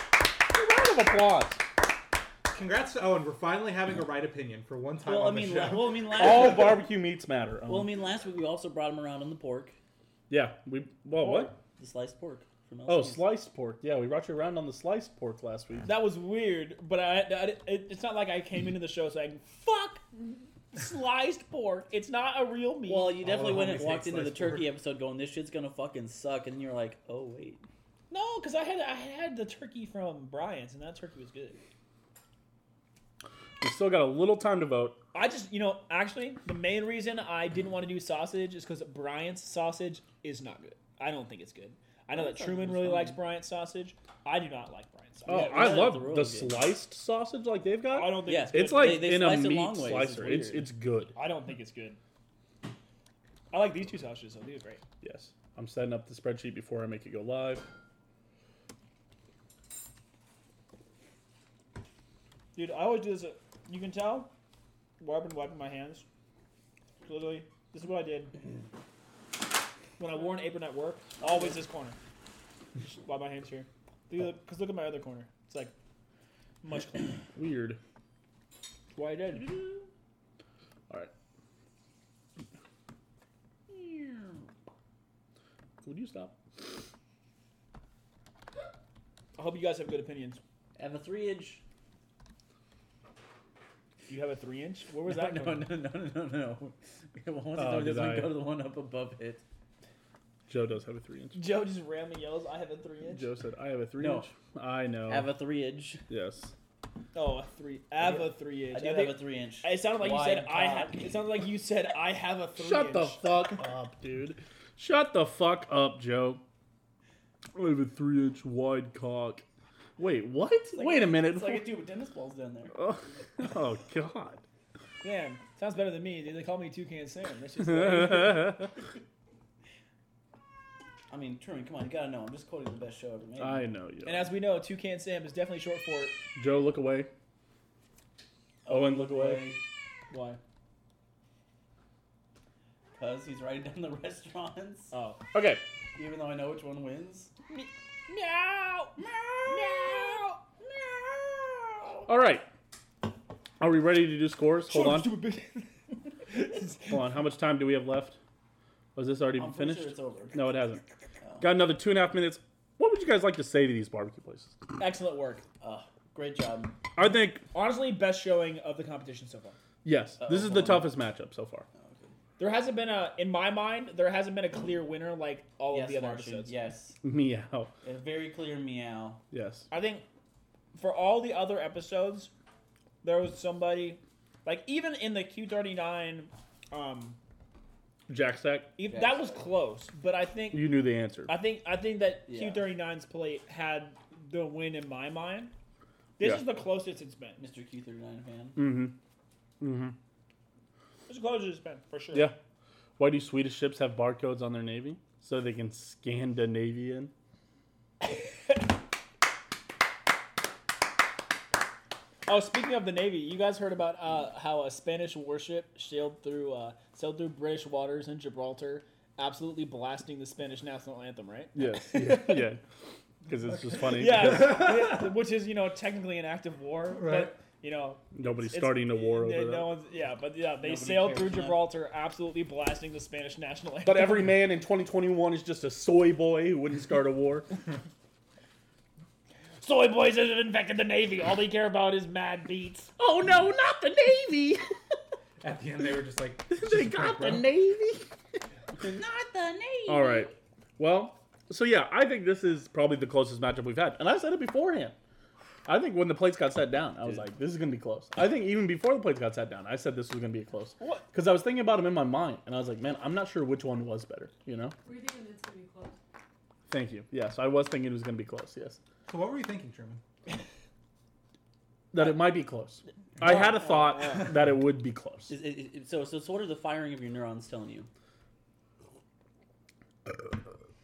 A round of applause.
Congrats to Owen. We're finally having a right opinion for one time
Well, I
on
mean,
the
la-
show.
well, I mean, last
All barbecue meats matter. Um,
well, I mean, last week we also brought him around on the pork,
yeah, we. Well, what?
the sliced pork from
Oh,
LC's.
sliced pork. Yeah, we brought you around on the sliced pork last week.
That was weird, but I, I- it, it's not like I came into the show saying "fuck sliced pork." It's not a real meat.
Well, you definitely
the
went and
homies
walked
hate
into the
sliced pork.
turkey episode going, "This shit's gonna fucking suck," and you're like, "Oh wait."
no, because I had I had the turkey from Brian's, and that turkey was good.
We still got a little time to vote.
I just, you know, actually, the main reason I didn't want to do sausage is because Bryant's sausage is not good. I don't think it's good. I know
I
that
thought it
Truman
was
really
fine.
likes Bryant's sausage. I do not like Bryant's
Oh,
sausage.
we
I
gotta
love
have the
the,
rules, yeah.
sliced sausage like they've got.
I don't think
Yeah.
it's good.
It's like
They- they
in a
slice it
meat
long ways. It's
slicer. It's,
weird.
it's good.
I don't think it's good. I like these two sausages though. These are great.
Yes, I'm setting up the spreadsheet before I make it go live.
Dude, I always do this. at- You can tell where I've been wiping my hands. Literally, this is what I did when I wore an apron at work. Always this corner. Just wipe my hands here. Because look at my other corner. It's like much cleaner.
Weird.
That's why I did.
All right. Would you stop?
I hope you guys have good opinions.
I have a three inch.
Do you have a three inch? Where was that?
no,
going?
no, no, no, no, no. Yeah, well, once
Oh,
it's done with this
did
one,
I-
go to the one up above it.
Joe does have a three inch.
Joe just randomly yells, "I have a three inch."
Joe said, "I have a three
No.
inch." I know.
Have a three inch.
yes.
Oh, a three. I have a three inch.
I do
I
have
think-
a three inch.
it sounded like you said
Wide
I have.
cock.
It sounded like you said I have a three.
Shut
inch.
the fuck up, dude. Shut the fuck up, Joe. I have a three inch wide cock. Wait, what? Wait a minute.
It's like a dude with tennis balls down there.
oh, oh, God.
Damn, sounds better than me. dude. They call me Toucan Sam. That's just
I
I mean, Truman, come on, you gotta know. I'm just quoting the best show ever made.
know you.
And as we know, Toucan Sam is definitely short for
Joe, look away. Owen, look away.
why?
Because he's writing down the restaurants.
Oh.
Okay.
Even though I know which one wins.
No! No!
All right. Are we ready to do scores? Hold on.
Stupid bitch.
Hold on, how much time do we have left? Was this already
I'm pretty
finished?
sure it's over.
no, it hasn't. Got another two and a half minutes. What would you guys like to say to these barbecue places?
Excellent work.
Uh, great job.
I think
Honestly, best showing of the competition so far.
yes, this is the
Uh-oh.
toughest matchup so far.
Oh,
There hasn't been a, in my mind, there hasn't been a clear winner like all
yes,
of the other
Martian,
episodes.
Yes.
Meow.
A very clear meow.
Yes.
I think for all the other episodes, there was somebody, like even in the Q39, um,
Jack Stack,
if,
Yeah,
that was
so-
close. But I think,
you knew the answer.
I think, I think that
Yeah.
Q39's plate had the win in my mind. This
Yeah.
is the closest it's been.
Mr. Q39 fan.
Mm-hmm. Mm-hmm.
This is the closest it's been for sure.
Yeah. Why do Swedish ships have barcodes on their navy? So they can Scandinavian.
Oh, speaking of the Navy, you guys heard about uh, how a Spanish warship sailed through uh, sailed through British waters in Gibraltar, absolutely blasting the Spanish national anthem, right?
Yes. Yeah. yeah. Because it's just funny. because
Yeah, yeah, which is you know technically an act of war,
Right.
but you know
Nobody's
it's-
starting a war over
they-
that.
no one's, yeah, but yeah, they
Nobody
sailed
cares
through
now.
Gibraltar, absolutely blasting the Spanish national anthem.
But every man in 2021 is just a soy boy who wouldn't start a war.
soy boys have infected the Navy. All they care about is mad beats. Oh no, not the Navy!
At the end, they were just like,
they got the Navy.
Not the name.
All right. Well, so yeah, I think this is probably the closest matchup we've had. And I said it beforehand. I think when the plates got set down, I was like, this is going to be close. I think even before the plates got set down, I said this was going to be close.
What?
Because I was thinking about them in my mind, and I was like, man, I'm not sure which one was better, you know?
Were you thinking it's gonna be close?
Thank you. Yes, I was thinking it was going to be close, yes.
so what were you thinking, Truman?
That it might be close. I had a thought that it would be close.
Is- is- is- so, so it's sort of the firing of your neurons telling you.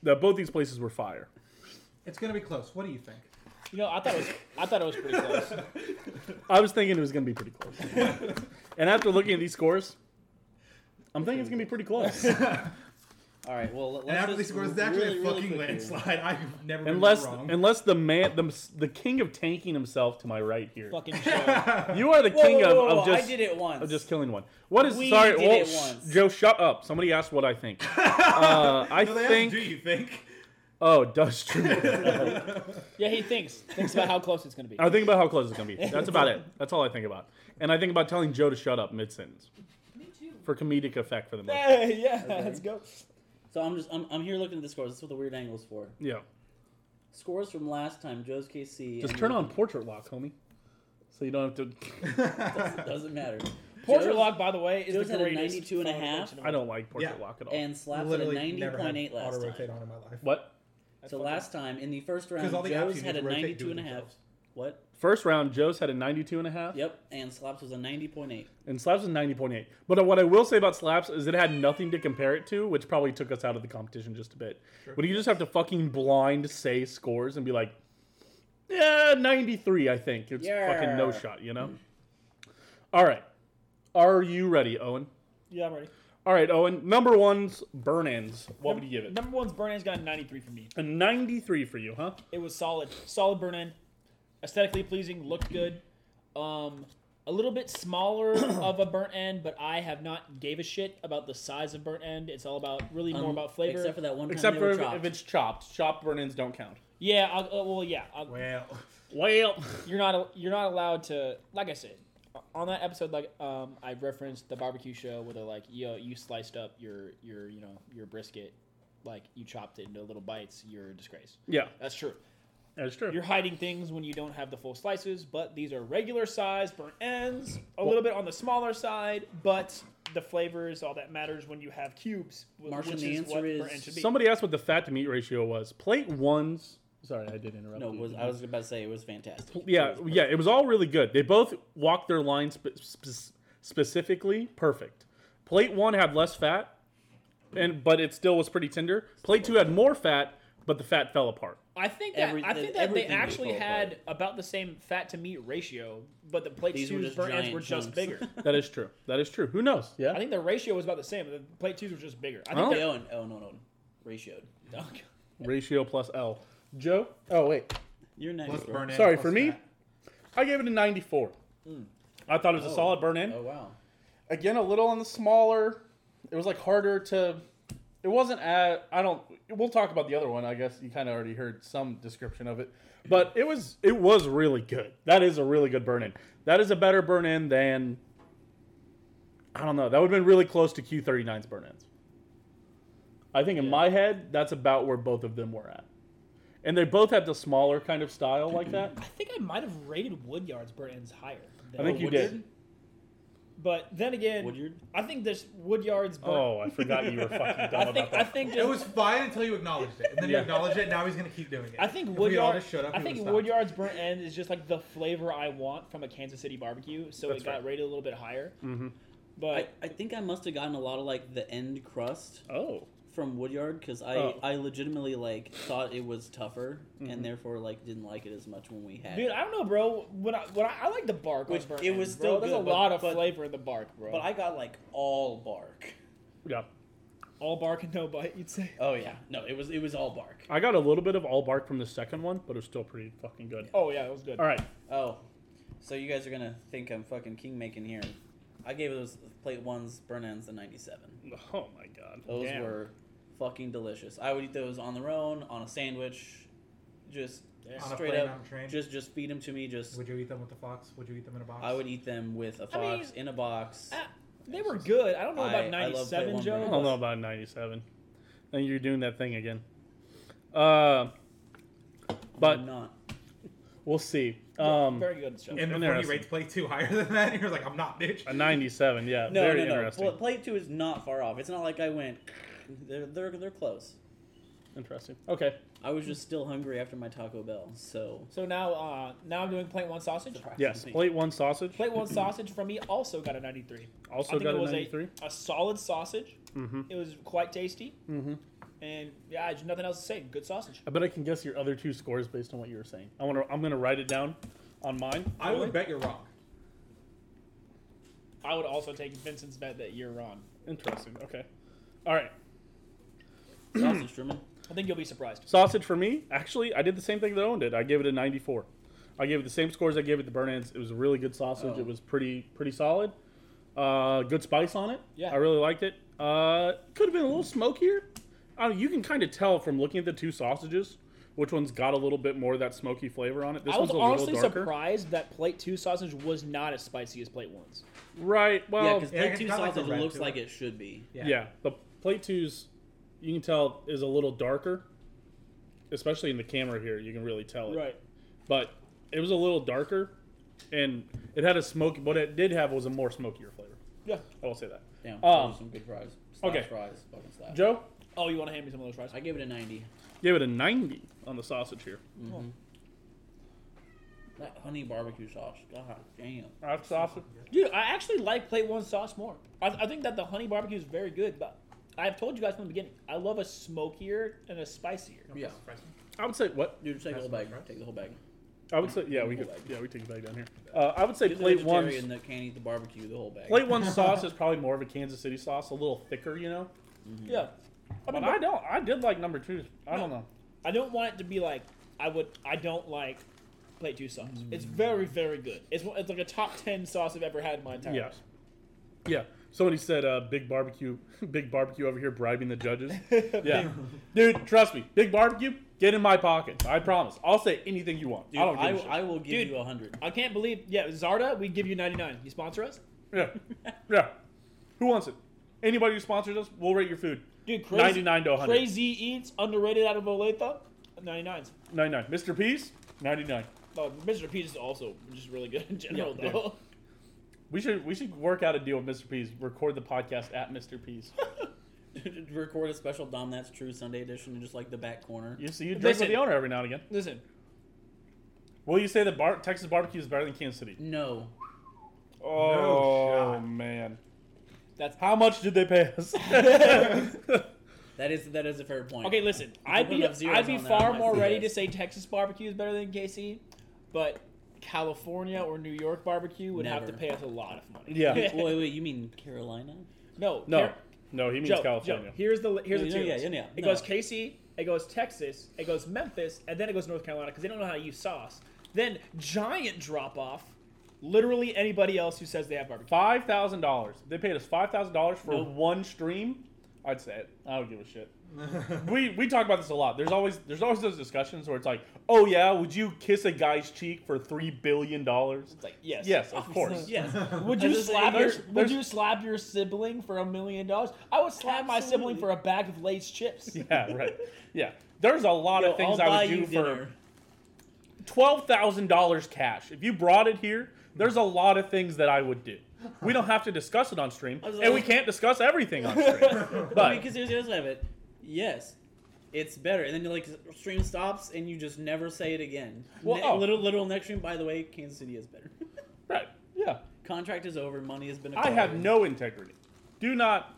That both these places were fire.
It's gonna be close. What do you think?
You know, I thought it was I thought it was pretty close.
I was thinking it was going to be pretty close. and after looking at these scores, I'm thinking it's going to be pretty close.
All right. Well, let's
and after
just
these scores, it's
really,
actually a
really
fucking
quickly-
landslide. I've never been
unless
wrong.
unless the man the, the king of tanking himself to my right here.
Fucking show.
You are the
Whoa,
king
whoa,
of-
whoa,
of,
whoa,
just
I did it once.
of just killing one. What is
We
sorry?
did
well,
it
sh-
once.
Joe, shut up. Somebody asked what I think. Uh, I
No, they asked,
think.
Do you think?
Oh, does true.
Yeah, he thinks thinks about how close it's gonna be.
I think about how close it's gonna be. That's about it. That's all I think about. And I think about telling Joe to shut up mid sentence
Me too.
for comedic effect for the moment.
Hey, yeah, let's go.
So I'm just I'm, I'm here looking at the scores. That's what the weird angle's for.
Yeah. Scores
From last time, Joe's KC.
Just
and-
turn on portrait lock, homie. So you don't have to.
Doesn't, doesn't matter.
Portrait
Joe's-
log, by the way, is
Joe's
the
at a
greatest.
92 and a
photo
half.
invention of
I
all
don't like portrait
Yeah.
lock at all.
and slaps at a
Literally never had
90.8 last
auto rotate
time.
on in my life.
what?
time.
So last time in the first round,
Because all the apps
Joe's
you
had
need
a
to rotate
92
do it
and a half.
themselves.
What?
First round, Joe's had a 92 and a half,
Yep. And slaps was a 90.8.
and Slaps is 90.8. But what I will say about Slaps is it had nothing to compare it to, which probably took us out of the competition just a bit. But you just have to fucking blind say scores and be like, yeah, 93, I think. It's fucking no
Yeah.
shot, you know? All right. Are you ready, Owen?
Yeah, I'm ready.
All right, Owen. Number one's burn ins. What would you give it?
Number one's burn in's got a 93 for me.
A 93 for you, huh?
It was solid. Solid burn in. Aesthetically pleasing, looked good. Um, a little bit smaller of a burnt end, but I have not gave a shit about the size of burnt end. It's all about really more
Um,
about flavor.
Except for that one time
Except
they
for
were
if,
chopped.
if it's chopped. Chopped burn ins don't count.
yeah, I'll, uh, well, yeah, I'll,
Well,
Well,
you're not you're not allowed to like I said on that episode like um I referenced the barbecue show where they're like yo you sliced up your your you know your brisket like you chopped it into little bites you're a disgrace
yeah,
that's true
that's true.
you're hiding things when you don't have the full slices but these are regular size burnt ends a little bit on the smaller side but the flavor is all that matters when you have cubes wh-
Martian,
which
the
is
answer
what
is
burnt end should be
Somebody asked what the fat to meat ratio was. Plate ones. Sorry, I did interrupt.
no,
you.
it was, I was about to say it was fantastic.
Yeah,
It was
yeah. It was all really good. They both walked their line spe- spe- specifically perfect. Plate one had less fat, and but it still was pretty tender. Plate two had more fat, but the fat fell apart.
I think that
Every-
I think that they
everything was
actually
full of
had about the same fat to meat ratio, but the plate
These were
twos
just
burnt ends
giant
were just
chunks.
bigger.
That is true. That is true. Who knows?
I
Yeah.
think the ratio was about the same. but The plate twos were just bigger. I
Oh.
think
Hey,
that,
Owen. Oh, no, no. Ratioed.
Ratio plus L. Joe. Oh wait.
You're next.
plus
bro.
burn in,
Sorry,
plus
for me,
fat.
I gave it a 94. I thought it was a
Oh.
solid burn in.
Oh, wow. again a little on the smaller. It was like harder to. It wasn't as I don't. We'll talk about the other one. I guess you kind of already heard some description of it, but it was it was really good. That is a really good burn in. That is a better burn in than. I don't know. That would have been really close to Q39's burn ins. I think in my head, that's about where both of them were at. And they both had the smaller kind of style like that.
I think I might have rated Woodyard's burn ends higher. Than
I think you did.
But then again,
Woodyard?
I think this Woodyard's burn.
Oh, I forgot you were fucking dumb
I think
about
I
that.
think
It
just,
was fine until you acknowledged it, and then you
Yeah.
acknowledged it. Now he's gonna keep doing it.
I think
If we all
Woodyard.
just shut up,
I
he
think
would've stopped.
Woodyard's burnt end is just like the flavor I want from a Kansas City barbecue, so
That's
it got
right.
rated a little bit higher.
Mhm.
I,
But
I think I must have gotten a lot of like the end crust
Oh,
from Woodyard because I,
Oh.
I legitimately like thought it was tougher
Mm-hmm.
Mhm.
and therefore like didn't like it as much when we had.
dude,
it.
I don't know, bro. When I when I, I like the bark, on
Which-
burnt
it was
ends,
still
bro. There's a
good, but-
lot of
but-
flavor in the bark, bro.
But I got like all bark.
yeah.
all bark and no bite, you'd say.
Oh yeah, no, it was it was all bark.
I got a little bit of all bark from the second one, but it was still pretty fucking good.
Oh yeah, it was good.
All right.
Oh, so you guys are gonna think I'm fucking king making here. I gave those plate ones, burn ends, the 97.
Oh my god.
Those
Damn.
were fucking delicious. I would eat those on their own, on a sandwich, just
Yeah.
on a
straight
plane,
up,
on a train.
just just feed them to me. Just
Would you eat them with the fox? Would you eat them in a box?
I would eat them with a fox
I mean, uh,
in a box.
I- They were good. I don't know
I-
about
I love that
'97,
one
I
brand.
Joe.
don't know about 97. I think you're doing that thing again. Uh, but
I'm not.
we'll see. Um,
Very good, Joe.
And before he
Interesting.
rates play two higher than that, you're like, I'm not, bitch.
a 97, yeah.
No,
uh, very
no, no.
interesting.
Pl- plate two is not far off. It's not like I went. They're they're they're close.
Interesting. Okay.
I was just still hungry after my Taco Bell, so
So now, uh, now I'm doing plate one sausage.
Yes. Plate one sausage.
Plate one sausage from me also got a 93. I
Also
think
got
it
a
was
93.
a solid sausage.
Mm-hmm.
It was quite tasty,
Mm-hmm.
and yeah, there's nothing else to say. Good sausage.
I bet I can guess your other two scores based on what you were saying. I want to. I'm gonna write it down on mine.
I would bet you're wrong.
I would also take Vincent's bet that you're wrong.
Interesting. Okay. All right.
sausage Truman.
I think you'll be surprised.
Sausage for me. Actually, I did the same thing that Owen did. I gave it a 94. I gave it the same scores I gave it the burn ends. It was a really good sausage.
Oh.
It was pretty pretty solid. Uh, good spice on it.
Yeah.
I really liked it. Uh, could have been a little smokier. I don't, you can kind of tell from looking at the two sausages which one's got a little bit more of that smoky flavor on it. This
I was
one's a
honestly
little darker.
surprised that plate two sausage was not as spicy as plate one's.
Right. Well,
yeah, because
yeah,
plate
it's
two
got, like, a
sausage
red
looks
to
like
it.
it should be.
Yeah. the plate twos, you can tell is a little darker, especially in the camera here. You can really tell it. But it was a little darker, and it had a smoky. What it did have was a more smokier flavor.
Yeah.
I will say that.
Yeah,
Um,
those are some good fries. Slash
okay.
fries, fucking slash.
Joe
Oh, you want to hand me some of those fries?
I gave it a ninety.
gave it a 90 on the sausage here.
Mhm. That honey barbecue sauce, god damn.
That sausage.
Dude, I actually like plate one sauce more. I, I think that the honey barbecue is very good, but I've told you guys from the beginning, I love a smokier and a spicier.
Yeah,
I would say what?
dude, take the whole bag.
Fries?
Take the whole bag.
I would say yeah. We could yeah. We take it back down here. Uh, I would say
You're the
plate one.
vegetarian that can't eat the barbecue. The whole bag.
Plate one sauce is probably more of a Kansas City sauce, a little thicker, you know.
Yeah. I
But
mean,
I don't. I did like number two. I don't
No.
know.
I don't want it to be like I would. I don't like plate two sauce.
Mm.
It's very, very good. It's one- it's like a top ten sauce I've ever had in my entire
Yeah.
life.
Yeah. Somebody said uh, big barbecue, big barbecue over here bribing the judges. Yeah, dude, trust me, big barbecue, get in my pocket. I promise. I'll say anything you want.
Dude,
I don't give
I,
a shit.
I will give
Dude.
you a hundred.
I can't believe. Yeah, Zarda, we give you ninety nine. You sponsor us,
yeah, yeah. Who wants it? Anybody who sponsors us, we'll rate your food.
dude. Crazy,
99 to 100.
Crazy eats underrated out of Olathe. 99s.
99. Mr. Peace, 99.
Oh, Mr. Peace is also just really good in general,
Yeah,
though.
We should we should work out a deal with Mr. Peace. Record the podcast at Mr. Peace.
Record a special Dom That's True Sunday edition in just like the back corner.
You see, you drink
Listen.
with the owner every now and again.
Listen,
Will you say that bar- Texas barbecue is better than Kansas City?
No,
Oh
shot.
man,
that's
how much did they pay us?
that is that is a fair point.
okay. Listen, I'd
put
be
enough zeros
I'd be
on that,
far
I
more
see
ready
it.
to say Texas barbecue is better than KC, but California or New York barbecue would have to
Never.
pay us a lot of money.
Yeah.
wait, wait, you mean Carolina?
No,
no,
here-
no, he means
Joe,
California.
Joe, here's the here's
No,
the
no,
two.
yeah,
lists.
yeah, yeah.
It
No.
goes KC, it goes Texas, it goes Memphis, and then it goes North Carolina because they don't know how to use sauce. Then giant drop off literally anybody else who says they have barbecue.
Five thousand dollars. They paid us five thousand dollars for one stream. I'd say it. I don't give a shit. we we talk about this a lot. There's always there's always those discussions where it's like, oh yeah, would you kiss a guy's cheek for three billion dollars?
It's like yes,
Yes, of course.
Yes.
Would
I
you
just-
slap your
there's-
Would
there's-
you slap your sibling for a million dollars? I would slap my sibling
Absolutely.
for a bag of Lay's chips.
Yeah, right. Yeah. There's a lot
Yo,
of things
I'll
I
buy
would do
you
for
dinner.
twelve thousand dollars cash. If you brought it here, there's a lot of things that I would do. We don't have to discuss it on stream,
I was
and we
like-
can't discuss everything on stream.
But
But
because there's the other side of it. Yes, it's better. And then you're like stream stops and you just never say it again.
Well,
Ne-
oh.
little little next stream. By the way, Kansas City is better.
right, yeah,
Contract is over. Money has been.
I have
acquired.
no integrity. Do not.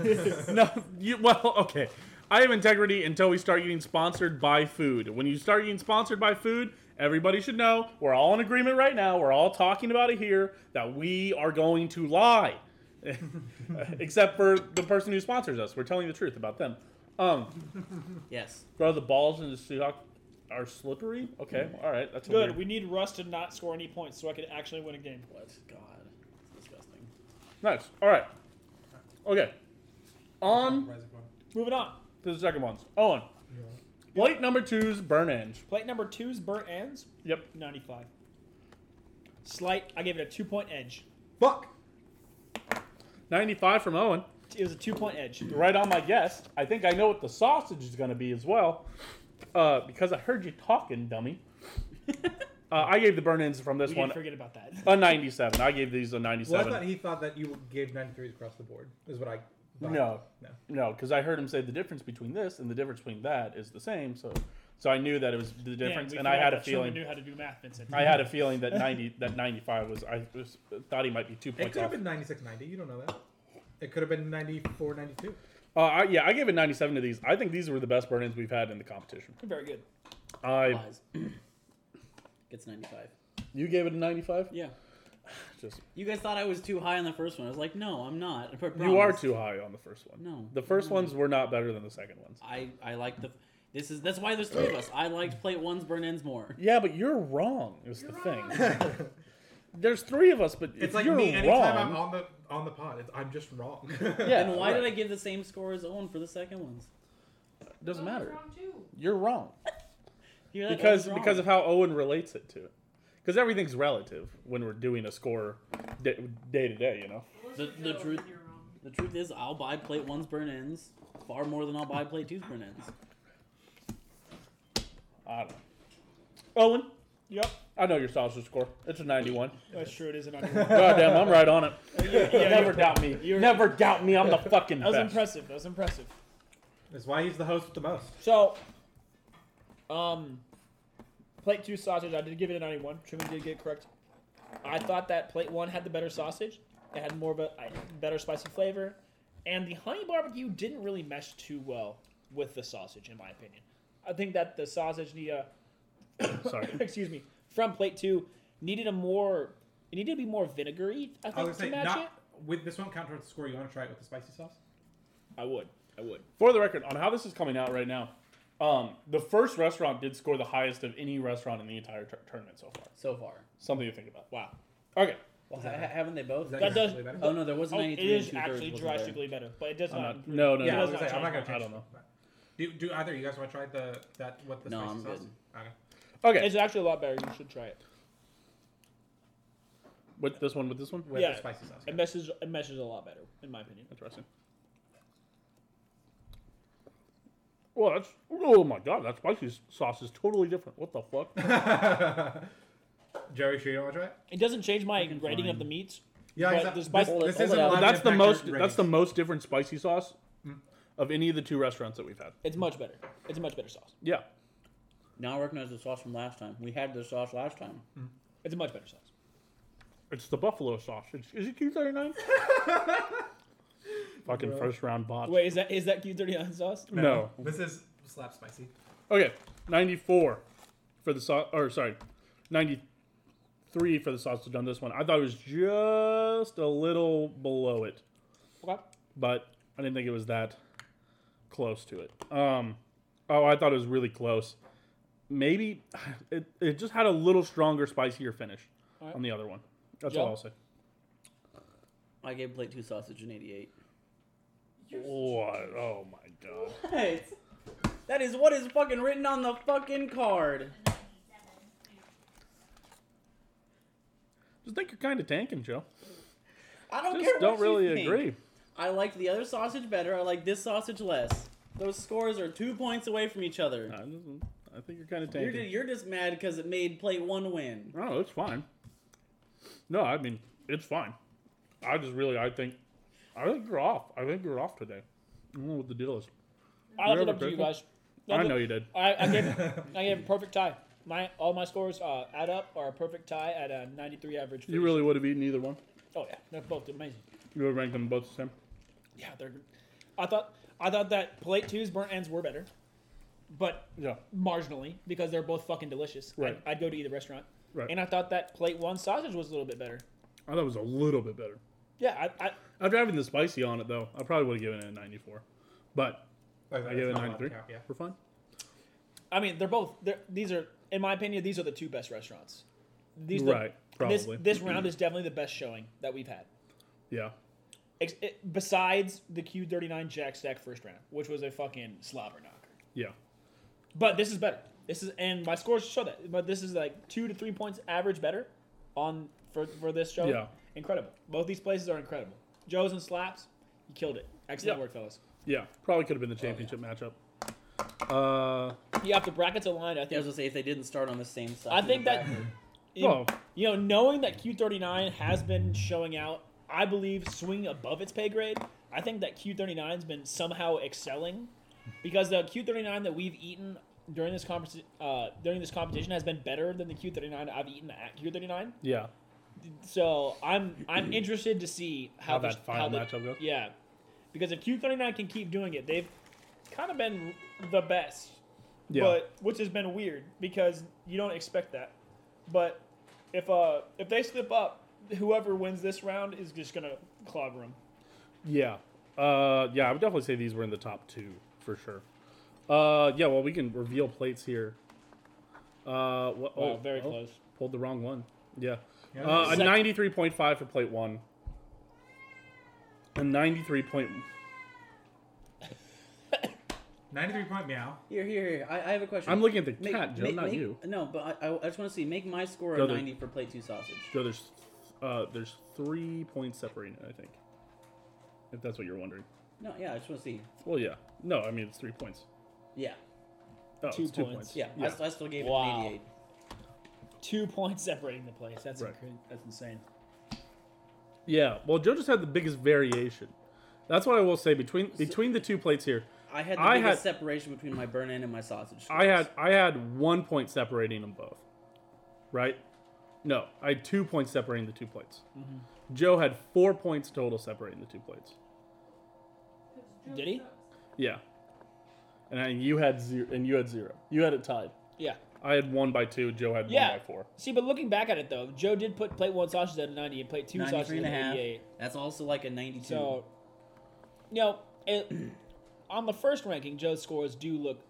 no, you, well, okay. I have integrity until we start getting sponsored by food. When you start getting sponsored by food, everybody should know we're all in agreement right now. We're all talking about it here that we are going to lie, except for the person who sponsors us. We're telling the truth about them. Um,
Yes.
Bro, the balls in the Seahawks are slippery. Okay, all right, that's a
Good.
Weird.
We need Russ to not score any points so I can actually win a game.
What? God. It's disgusting.
nice. All right. Okay, on
Rise of Dawn.
Moving on.
to the second ones. Owen, plate number two's burn end.
Plate number two's burnt ends.
Yep.
95. Slight. I gave it a two point edge.
Fuck.
Ninety-five from Owen.
It was a two point edge.
Right on my guess. I think I know what the sausage is going to be as well, uh, because I heard you talking, dummy. uh, I gave the burn ends from this
We
one
didn't forget about that.
a ninety-seven. I gave these a
Well, I
ninety-seven.
thought he thought that you gave 93s across the board. Is what I.
No.
No.
No, because I heard him say the difference between this and the difference between that is the same. So, so I knew that it was the difference,
Damn, we
and I had
forgot
a
that Truman
feeling.
knew how to do math, Vincent.
I had a feeling that ninety, that ninety-five was. I was, thought he might be two
It
points
could have
off.
been 96, 90. You don't know that. It could have been 94, 92.
Uh, I, yeah, I gave it ninety-seven to these. I think these were the best burn-ins we've had in the competition.
Very good.
I,
Lies. Gets 95.
you gave it a ninety-five.
Yeah.
Just
You guys thought I was too high on the first one. I was like, no, I'm not. I promise.
you are too high on the first one.
No.
the first ones were not better than the second ones.
I I like the. This is that's why there's three of us. I liked plate one's burn ends more.
Yeah, but you're wrong. Is the thing. There's three of us, but
It's
if
like
you're
me. Anytime
wrong.
I'm on the on the pod, it's, I'm just wrong.
yeah,
Then why
right.
did I give the same score as Owen for the second ones?
Doesn't matter.
Round two.
You're wrong.
Hear that?
because
Owen's wrong.
because of how Owen relates it to it. Because everything's relative when we're doing a score da- day to day, you know.
Well,
The-
let's
the
go
truth-
when you're wrong.
the truth is, I'll buy plate one's burn ends far more than I'll buy plate two's burn ends.
I don't know. Owen,
Yep.
I know your sausage score. It's a 91.
That's true. It is an underdog.
God damn, I'm right on it.
yeah,
Never
you're-
doubt me. Never doubt me. I'm the fucking
That was
best.
impressive. That was impressive.
That's why he's the host with the most.
So, um, plate two sausage. I did give it a ninety-one. Truman did get it correct. I thought that plate one had the better sausage. It had more of a I- better spicy flavor, and the honey barbecue didn't really mesh too well with the sausage, in my opinion. I think that the sausage need a
Sorry.
excuse me from plate two needed a more it needed to be more vinegary. I think
I would
to
say
match
not
it.
with this one count towards the score. You want to try it with the spicy sauce?
I would. I would.
For the record, on how this is coming out right now, um, the first restaurant did score the highest of any restaurant in the entire tur- tournament so far.
So far,
Something to think about.
Wow.
Okay.
well, ha- ha- haven't they both?
Is that,
That does-
usually better?
oh no, there was
Oh, it
93 and
is
two-thirds,
actually
wasn't there?
drastically better, but it does
I'm
not.
not, no, no,
yeah, I
no.
was
does
gonna
not
say, I'm not gonna
change.
change.
I don't
Do, do either of you guys want to try the that what the
No,
spicy
I'm
sauce?
good.
Okay.
Okay.
It's actually a lot better. You should try it.
With this one, with this one?
With
Yeah.
the spicy sauce.
It meshes. It meshes a lot better, in my opinion.
Interesting. Well, that's oh my god, that spicy s- sauce is totally different. What the fuck?
Jerry, sure you don't want to try it?
It doesn't change my
Fucking
rating
fine.
of the meats.
Yeah,
But
exactly.
the spice-
this,
hold it-
this
hold
isn't
it
a
up.
lot of
that's the
accurate
most.
rating.
That's the most different spicy sauce of any of the two restaurants that we've had.
It's much better. It's a much better sauce.
Yeah,
Now I recognize the sauce from last time. We had the sauce last time.
It's a much better sauce.
it's the buffalo sauce. It's- Is it Q thirty nine? Fucking first round bot.
Wait, is that is that Q39 sauce?
no.
This is slap spicy.
Okay, ninety four for the sauce. Or sorry, ninety three for the sauce to done this one. I thought it was just a little below it.
Okay.
but I didn't think it was that close to it. Um, oh, I thought it was really close. Maybe it, it just had a little stronger, spicier finish
Alright.
on the other one. That's
Joe?
all I'll say.
I gave Blake two sausage in 88.
What? Oh my god.
What? That is what is fucking written on the fucking card.
Just think you're kind of tanking, Joe.
I don't care.
Just
what
don't
you
really
think.
agree.
I like the other sausage better. I like this sausage less. Those scores are two points away from each other.
I, just- I think you're kind of
You're,
tanking.
ju- you're just mad because it made plate one win.
No, it's fine. No, I mean it's fine. I just really, I think, I think you're off. I think you're off today. I don't know what the deal is.
I left it
Whatever,
up to you
Crystal.
guys.
I know you did.
I, I gave I gave a perfect tie. My all my scores uh, add up are a perfect tie at a 93 average. for
You
each.
really would have eaten either one.
Oh yeah, they're both amazing.
You would have ranked them both the same.
Yeah, they're. I thought I thought that plate twos burnt ends were better, but
Yeah.
marginally because they're both fucking delicious.
Right.
I'd, I'd go to either restaurant.
Right.
And I thought that plate one sausage was a little bit better.
I thought it was a little bit better.
Yeah, I, I
After having the spicy on it, though, I probably would have given it a 94. But
Like,
I
that's
gave it a
not allowed to
93
count, Yeah.
for fun.
I mean they're both. They're, these are, in my opinion, these are the two best restaurants. These
Right,
The, this
probably.
this round is definitely the best showing that we've had.
Yeah.
Ex- it- besides the Q39 Jack Stack first round, which was a fucking slobber knocker.
Yeah.
But this is better. This is and my scores show that. But this is like two to three points average better on for for this show.
Yeah.
Incredible. Both these places are incredible. Joe's and Slaps, you killed it. Excellent
Yeah.
work, fellas.
Yeah. Probably could have been
Oh,
the championship matchup. Uh,
Yeah, if the brackets aligned, I
Yeah, I was
think
gonna say if they didn't start on the same side.
I think that you,
well,
you know, knowing that Q thirty nine has been showing out, I believe swinging above its pay grade. I think that Q thirty nine's been somehow excelling because the Q thirty nine that we've eaten during this competi- uh, during this competition has been better than the Q thirty nine I've eaten at Q thirty nine.
yeah.
So I'm I'm interested to see how,
How
the-
that final
the-
matchup goes?
Yeah, because if Q39 can keep doing it, they've kind of been the best.
Yeah.
But which has been weird because you don't expect that. But if uh if they slip up, whoever wins this round is just gonna clobber them.
Yeah. Uh, yeah, I would definitely say these were in the top two for sure. Uh, yeah, well, we can reveal plates here. Uh, what,
Wow,
oh,
very
oh,
close.
Pulled the wrong one. Yeah.
Yeah,
Uh, a
Sec-
93.5 for plate one. A 93 point.
93 point meow.
Here, here, here. I, I have a question.
I'm looking at the
Make-
cat, Joe,
make-
not
make-
you.
No, but I, I, I just want to see. Make my score
Go
a
there.
90 for plate two sausage.
Joe, there's, uh, there's three points separating it, I think. If that's what you're wondering.
No, yeah, I just want to see.
Well, yeah. No, I mean, it's three points.
Yeah,
Oh,
Two
it's two
points.
points.
yeah. I,
Yeah.
st- I still gave
Wow.
it an 88.
Two points separating the place. That's
Right.
incre- that's insane.
Yeah, well, Joe just had the biggest variation. That's what I will say between between the two plates here.
I had the
I
biggest
had-
separation between my burn in and my sausage.
I
scores.
had I had one point separating them both, right? No, I had two points separating the two plates. Joe had four points total separating the two plates.
Did he?
Yeah, and I, you had zero. And you had zero. You had it tied.
Yeah.
I had one by two. Joe had
Yeah.
one by four.
See, but looking back at it though, Joe did put plate one sausage at a 90 and plate two
93
sausages at
and a
an
half.
88.
That's also like a 92.
So, you know, it, on the first ranking, Joe's scores do look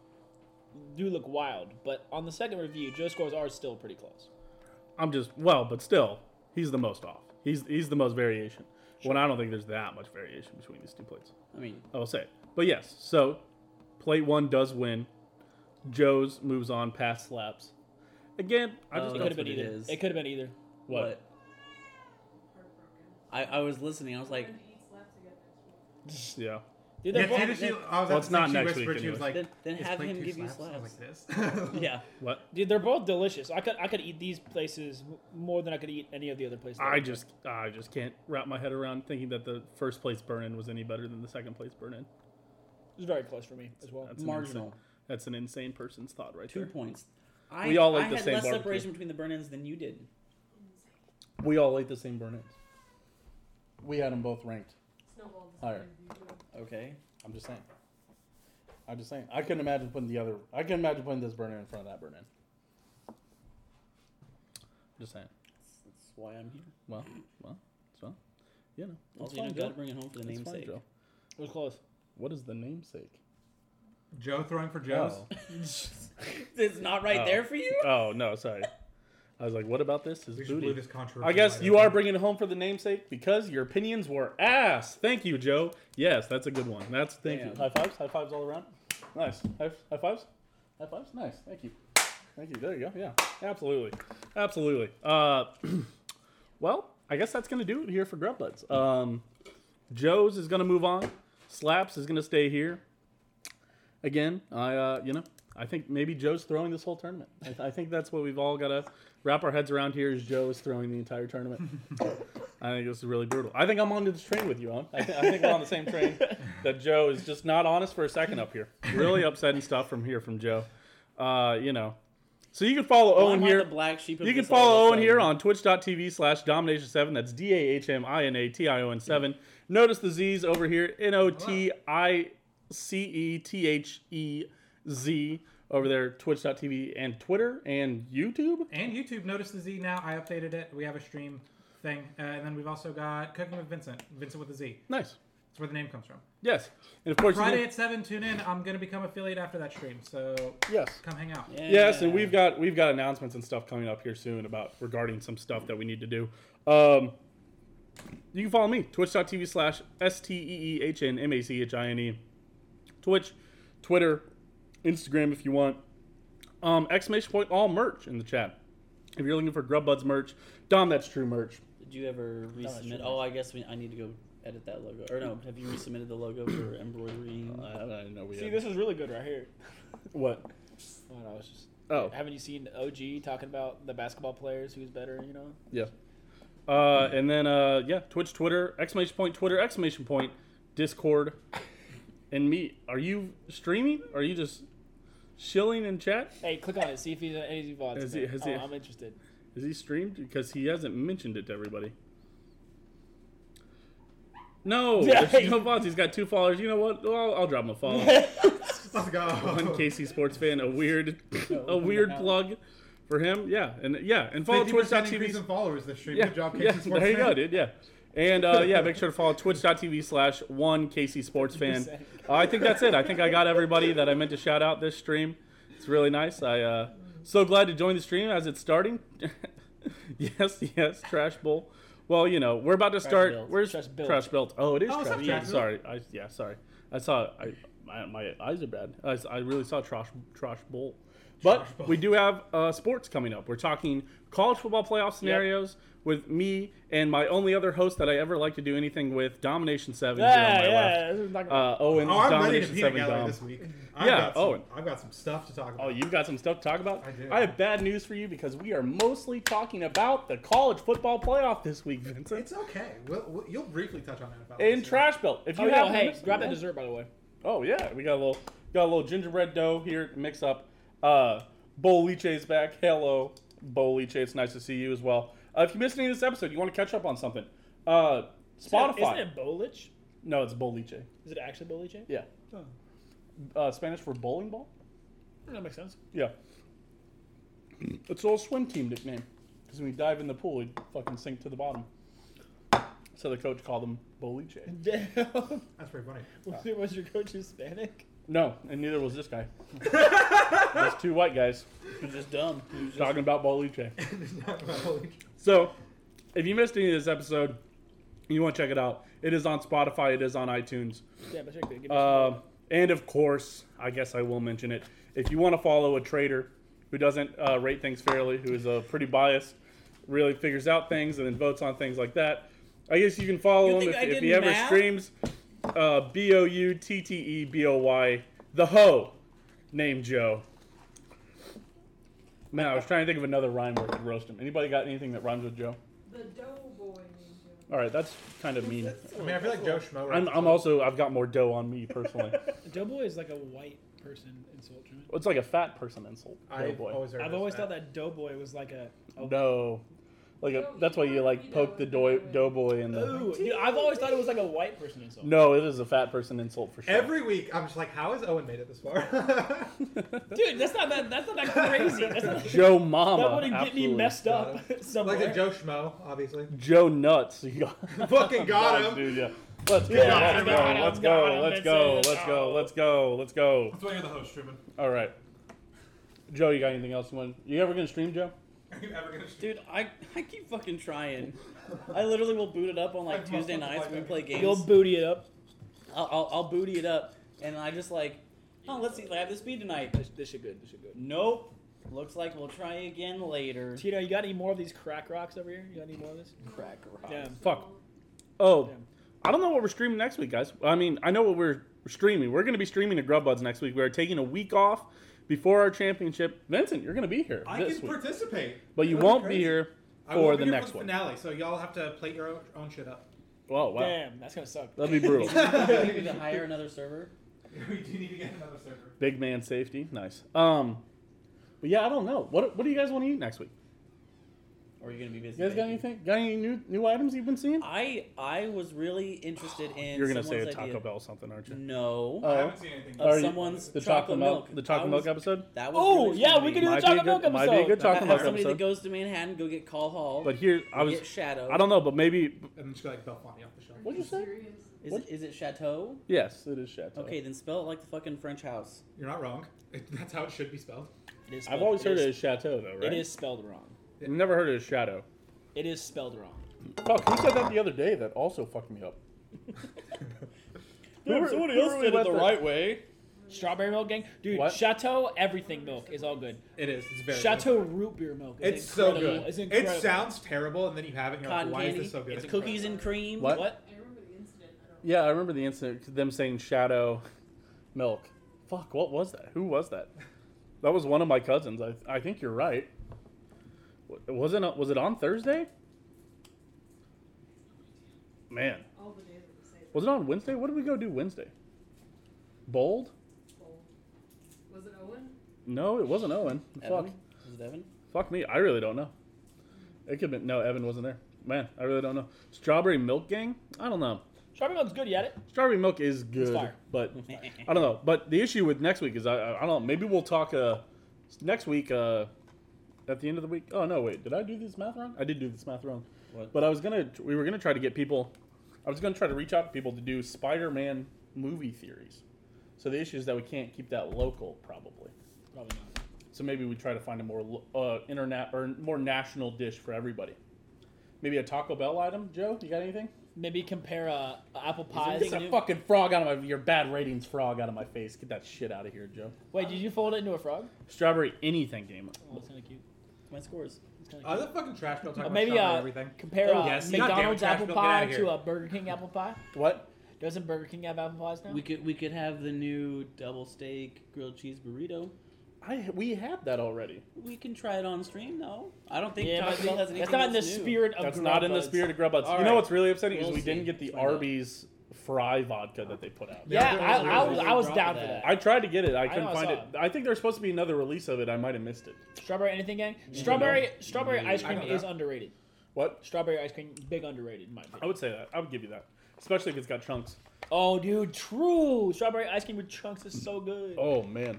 do look wild, but on the second review, Joe's scores are still pretty close.
I'm just well, but still, he's the most off. He's he's the most variation. When I don't think there's that much variation between these two plates.
I mean,
I will say it. But yes, so plate one does win. Joe's moves on past slaps. Again, I just
It
Oh,
don't.
could
that's
have been
what it
either.
is.
It, could have been either.
What?
what? I, I was listening. I was like,
Yeah.
Dude,
Yeah,
they're both-
and she, I was about to
it's
say,
not
she
next
whispered,
week
She was
anyway.
like,
then, then
"Is
have
Blake
him
two
give you
slaps?" I was
slaps.
like this.
yeah.
What?
dude, they're both delicious. I could I could eat these places more than I could eat any of the other places.
I just, I just can't wrap my head around thinking that the first place burn-in was any better than the second place burn-in.
it's very close for me as well.
That's an
Marginal.
insane- that's an insane person's thought, right
Two
there.
points. I,
We all ate
I
the
had
same
less
barbecue.
separation between the burn ins than you did.
We all ate the same burn-ins.
We had them both ranked. Higher.
Okay.
I'm just saying. I'm just saying. I couldn't imagine putting the other. I couldn't imagine putting this burner in front of that burner.
Just saying.
That's why I'm here.
Well, well, so, you know,
Also, you
fine,
know, gotta
Joe.
bring it home for the
It's fine,
namesake.
Joe.
It was close.
What is the namesake?
Joe throwing for Joe's.
Oh.
it's not right
Oh.
there for you?
Oh no, sorry. I was like, what about this? Is
We should leave
booty?
this controversy.
I guess
wide
you are
open.
bringing it home for the namesake because your opinions were ass. Thank you, Joe. Yes, that's a good one. That's thank
Damn.
you. High fives, high fives all around. Nice. High, high fives, high fives. Nice. Thank you. Thank you. There you go. Yeah. Absolutely. Absolutely. Uh, well, I guess that's gonna do it here for Grub Buds. Um, Joe's is gonna move on. Slaps is gonna stay here. Again, I uh, you know I think maybe Joe's throwing this whole tournament. I, I think that's what we've all gotta wrap our heads around here is Joe is throwing the entire tournament. I think this is really brutal. I think I'm on this train with you, on. I, th- I think we're on the same train that Joe is just not honest for a second up here. Really upsetting stuff from here from Joe. Uh, you know. So you can follow
Why
Owen
am I
here.
the black sheep of
You can
this all
follow
of a
Owen here
sudden?
on twitch.tv slash domination7. That's D A H M I N A T I O N 7. Notice the Z's over here N O T I C E T H E Z over there, twitch.tv and Twitter and YouTube.
And YouTube, notice the Z now. I updated it. We have a stream thing, uh, and then we've also got Cooking with Vincent, Vincent with a Z.
Nice.
That's where the name comes from.
Yes. And of course, you
Friday
can,
at seven. Tune in. I'm gonna become affiliate after that stream, so
yes.
come hang out.
Yeah.
Yes, and we've got we've got announcements and stuff coming up here soon about regarding some stuff that we need to do. Um, you can follow me twitch.tv slash s t e e h n m a c h i n e, Twitch, Twitter, Instagram if you want. Um, exclamation point all merch in the chat. If you're looking for Grubbuds merch, Dom, that's true merch.
Did you ever resubmit?
sure.
Oh, I guess we, I need to go edit that logo. Or no, have you resubmitted the logo for embroidery?
I, I didn't know we
See,
had-
this is really good right here.
what?
I don't know, it's just.
Oh,
Haven't you seen OG talking about the basketball players who's better? You know,
Yeah. Uh, and then uh, yeah, Twitch, Twitter, exclamation point, Twitter, exclamation point, Discord, and me. Are you streaming? Are you just chilling in chat?
hey, click on it, see if he's any VODs.
Has
in
he-
there.
has
Oh,
he-
I'm interested.
Is he streamed? Because he hasn't mentioned it to everybody. No,
Yeah.
there's no bots. He's got two followers. You know what? Well, I'll, I'll drop him a follow.
Let's go.
One KC sports fan, a weird, a weird plug for him. Yeah, and yeah, and follow
50%
Twitch.tv.
increase in followers this stream.
Yeah.
Good job, KC
yeah.
Sports
There you go,
fan.
dude. Yeah. And uh, yeah, make sure to follow twitch.tv slash one KC Sports fan. Uh, I think that's it. I think I got everybody that I meant to shout out this stream. It's really nice. I uh, so glad to join the stream as it's starting. yes, yes, Trash Bowl. Well, you know, we're about to start.
Belt.
Where's
Trash Belt.
Belt? Oh, it is
Oh,
Trash
it's not
Belt.
Trash Belt.
Sorry. I, yeah, sorry. I saw. I my, my eyes are bad. I, s- I really saw Trash Trash Bowl. But
Trash Bowl.
we do have uh, sports coming up. We're talking college football playoff scenarios with me and my only other host that I ever like to do anything with, Domination Seven. here on my left.
this is not gonna-
Uh, Owen,
Oh, I'm ready to
Domination
pee
Seven.
gallery
Dom.
this week. I've
Yeah,
got some,
Owen.
I've got some stuff to talk about.
Oh, you've got some stuff to talk about?
I do.
I have bad news for you because we are mostly talking about the college football playoff this week, Vincent.
It's okay. We'll, we'll, you'll briefly touch on NFL. this
In
year.
Trash Belt. If you
oh,
have
yo, hey,
missed-
grab that dessert by the way.
Oh yeah, we got a little got a little gingerbread dough here to mix up. Uh Boliche is back. Hello, Boliche. It's nice to see you as well. Uh, if you missed any of this episode, you want to catch up on something. Uh Spotify.
Isn't it Bolich?
No, it's Boliche.
Is it actually Boliche?
Yeah.
Oh.
Uh, Spanish for bowling ball?
That makes sense.
Yeah. It's a little swim team nickname. Because when we dive in the pool, we fucking sink to the bottom. So the coach called them Boliche.
Damn.
That's pretty funny.
was your coach Hispanic?
No, and neither was this guy. Those two white guys
You're just dumb. You're just-
talking about Boliche.
Holy
So, if you missed any of this episode, and you want to check it out. It is on Spotify. It is on iTunes.
Damn, that's good. Give me
Um, and of course, I guess I will mention it. If you want to follow a trader who doesn't uh, rate things fairly, who is uh, pretty biased, really figures out things and then votes on things like that, I guess you can follow
You
him
think
if,
I
if
did
he ever
math?
streams. Uh, B O U T T E B O Y, the hoe, named Joe. Man, I was trying to think of another rhyme word to roast him. Anybody got anything that rhymes with Joe?
The Doughboy Ninja.
All right, that's kind of mean.
I mean, I feel like Joe Schmo.
I'm, I'm also I've got more dough on me personally.
some- Doughboy is like a white person insult. isn't it?
it's like a fat person insult.
I've
Doughboy.
always, heard
I've
this
always
fact.
thought that Doughboy was like a. a
No, like a, that's why you like poke the doy, doughboy in the.
Ooh, dude, I've always thought it was like a white person insult.
No, it is a fat person insult for sure.
Every week, I'm just like, how has Owen made it this far?
Dude, that's not that. That's not that crazy. That's not,
Joe Mama.
that wouldn't get me
absolutely.
messed up somewhere.
like a Joe Schmo, obviously.
Joe nuts. You got-
Fucking got him.
Dude, yeah. Let's go.
Yeah,
let's, go
got him,
let's
got
go.
him,
Let's
this
go.
is-
Let's go.
oh.
Let's go. Let's go.
That's why you're the host, Truman.
All right. Joe, you got anything else you want? You ever gonna stream, Joe?
Are you ever gonna stream?
Dude, I, I keep fucking trying. I literally will boot it up on like
Like,
Tuesday
motherfucker,
nights when we
like-
play games.
You'll booty it up.
I'll, I'll, I'll booty it up, and I just like, oh, let's see, I have the speed tonight.
This, this shit good. This shit good.
Nope. Looks like we'll try again later.
Tino, you got any more of these crack rocks over here? You got any more of this?
Crack rock.
Damn.
Fuck. Oh,
Damn.
I don't know what we're streaming next week, guys. I mean, I know what we're streaming. We're going to be streaming to Grubbuds next week. We are taking a week off before our championship. Vincent, you're going to be here
I
this
can
week,
participate.
but you
That'd
won't
crazy.
be here
I won't
for
be
the
here
next
for the
one.
finale, so y'all have to play your own, own shit up.
Oh, Wow, wow,
Damn, that's gonna suck.
that'd be brutal.
Maybe to hire another server.
we do need to get another server.
Big man safety, nice. Um, but yeah, I don't know. What What do you guys want to eat next week?
Or are you gonna be busy?
You guys got
baking?
anything? Got any new new items you've been seeing?
I I was really interested in.
You're gonna say
someone's
a Taco
idea.
Bell something, aren't you?
No.
Oh.
I haven't seen anything.
Uh,
Are you-
someone's
the
chocolate milk.
The chocolate
I
milk
was-
episode.
That was.
Oh
really
yeah,
fun
we
to
could do
me.
Might
the
be a
chocolate
good-
milk episode.
might be a good
I- I
chocolate
have
milk
somebody
episode.
that goes to Manhattan, go get call Hall.
But here, I was.
get Shadow.
I don't know, but maybe.
And then she got like Belfani off the shelf.
What'd you say?
Serious.
Is
What?
it, is it Chateau?
Yes, it is Chateau.
Okay, then spell it like the fucking French house.
You're not wrong. It, that's how it should be spelled.
It is
I've
spelled-
always heard
is-
it as Chateau though, right?
It is spelled wrong.
I've never heard it as Shadow.
It is spelled wrong.
Fuck, who said that the other day? That also fucked me up. Who were- who were we with that-
way.
Strawberry milk gang, dude.
What?
Chateau everything milk is all good.
It is. It's very.
Chateau root beer milk.
Good.
Is
It's so
incredible.
good.
It's incredible.
It sounds terrible, and then you have it. And you're like,
Cotton
why
candy.
is this so good?
It's cookies and cream.
What?
What?
I remember the incident. I don't
Yeah, I remember the incident. 'cause Them saying Shadow milk. Fuck, what was that? Who was that? That was one of my cousins. I, I think you're right. Wa- Wasn't it- was it on Thursday? Man,
All the days are the same.
was it on Wednesday? What did we go do Wednesday? Bold?
Bold. Was it Owen?
No, it wasn't Owen. Fuck.
Evan? Is it Evan?
Fuck me. I really don't know. It could have been. No, Evan wasn't there. Man, I really don't know. Strawberry Milk Gang? I don't know.
Strawberry milk's good. You had it?
Strawberry Milk is good,
fire.
but I don't know. But the issue with next week is I, I, I don't know. Maybe we'll talk uh, next week uh, at the end of the week. Oh, no, wait. Did I do this math wrong? I did do this math wrong.
What?
But I was going to, we were going to try to get people, I was going to try to reach out to people to do Spider Man movie theories. So the issue is that we can't keep that local, probably.
Probably not.
So maybe we try to find a more lo- uh, internet or more national dish for everybody. Maybe a Taco Bell item, Joe. You got anything?
Maybe compare uh, apple
Get
pies.
that fucking frog out of my your bad ratings frog out of my face. Get that shit out of here, Joe.
Wait, did you fold it into a frog?
Strawberry anything game.
Oh, that's kind of cute.
My scores.
That's kinda
Other
cute.
oh, fucking trash people talking
Uh,
about
maybe
maybe,
uh,
everything. Oh,
compare uh,
yes. Goddamn
McDonald's
trash
apple
milk, get outta
pie
here.
to a Burger King apple pie.
What?
Doesn't Burger King have apple pies now?
We could we could have the new double steak grilled cheese burrito.
I we had that already.
We can try it on stream though. I don't think
yeah,
Taco Bell has
but
anything
that's not in the
else new.
spirit of.
That's not in the
Grubhub's.
spirit of Grubhubs.
All
you know
right.
what's really upsetting is
We'll
we didn't
see.
get the
Find out.
Arby's fry vodka that they put out.
Yeah,
Yeah,
I, I
there's
was
a
I was
drop
down
of
for
that.
that.
I tried to get it. I couldn't
know, I
find
saw
it. I think there's supposed to be another release of it. I might have missed it.
Strawberry anything gang? Strawberry strawberry ice cream
I know
is
that.
underrated.
What?
Strawberry ice cream, big underrated in my
I
opinion.
would say that. I would give you that, especially if it's got chunks.
Oh, dude, true. Strawberry ice cream with chunks is so good.
Oh man.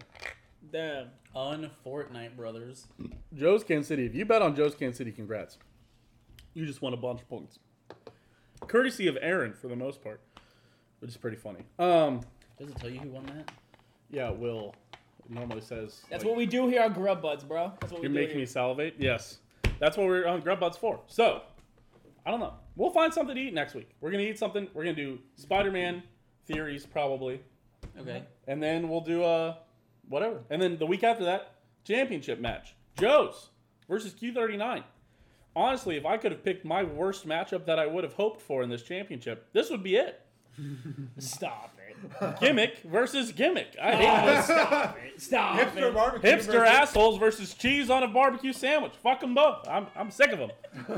Damn.
on Fortnite Brothers.
Joe's Kansas City. If you bet on Joe's Kansas City, congrats. You just won a bunch of points. Courtesy of Aaron for the most part, which is pretty funny. Um,
Does it tell you who won that?
yeah, Will it normally says
That's
like,
what we do here on Grub Buds, bro. That's what
you're
we do
making me
here.
salivate. Yes, that's what we're on Grubbuds for. So I don't know. We'll find something to eat next week. We're gonna eat something. We're gonna do Spider-Man theories probably,
Okay.
and then we'll do uh whatever. And then the week after that, championship match. Joe's versus Q39. Honestly, if I could have picked my worst matchup that I would have hoped for in this championship, this would be it.
Stop it.
Gimmick versus gimmick. I hate
Oh, stop it. Stop
Hipster
it.
barbecue.
this. Hipster
versus-
assholes versus cheese on a barbecue sandwich. Fuck them both. I'm, I'm sick of them.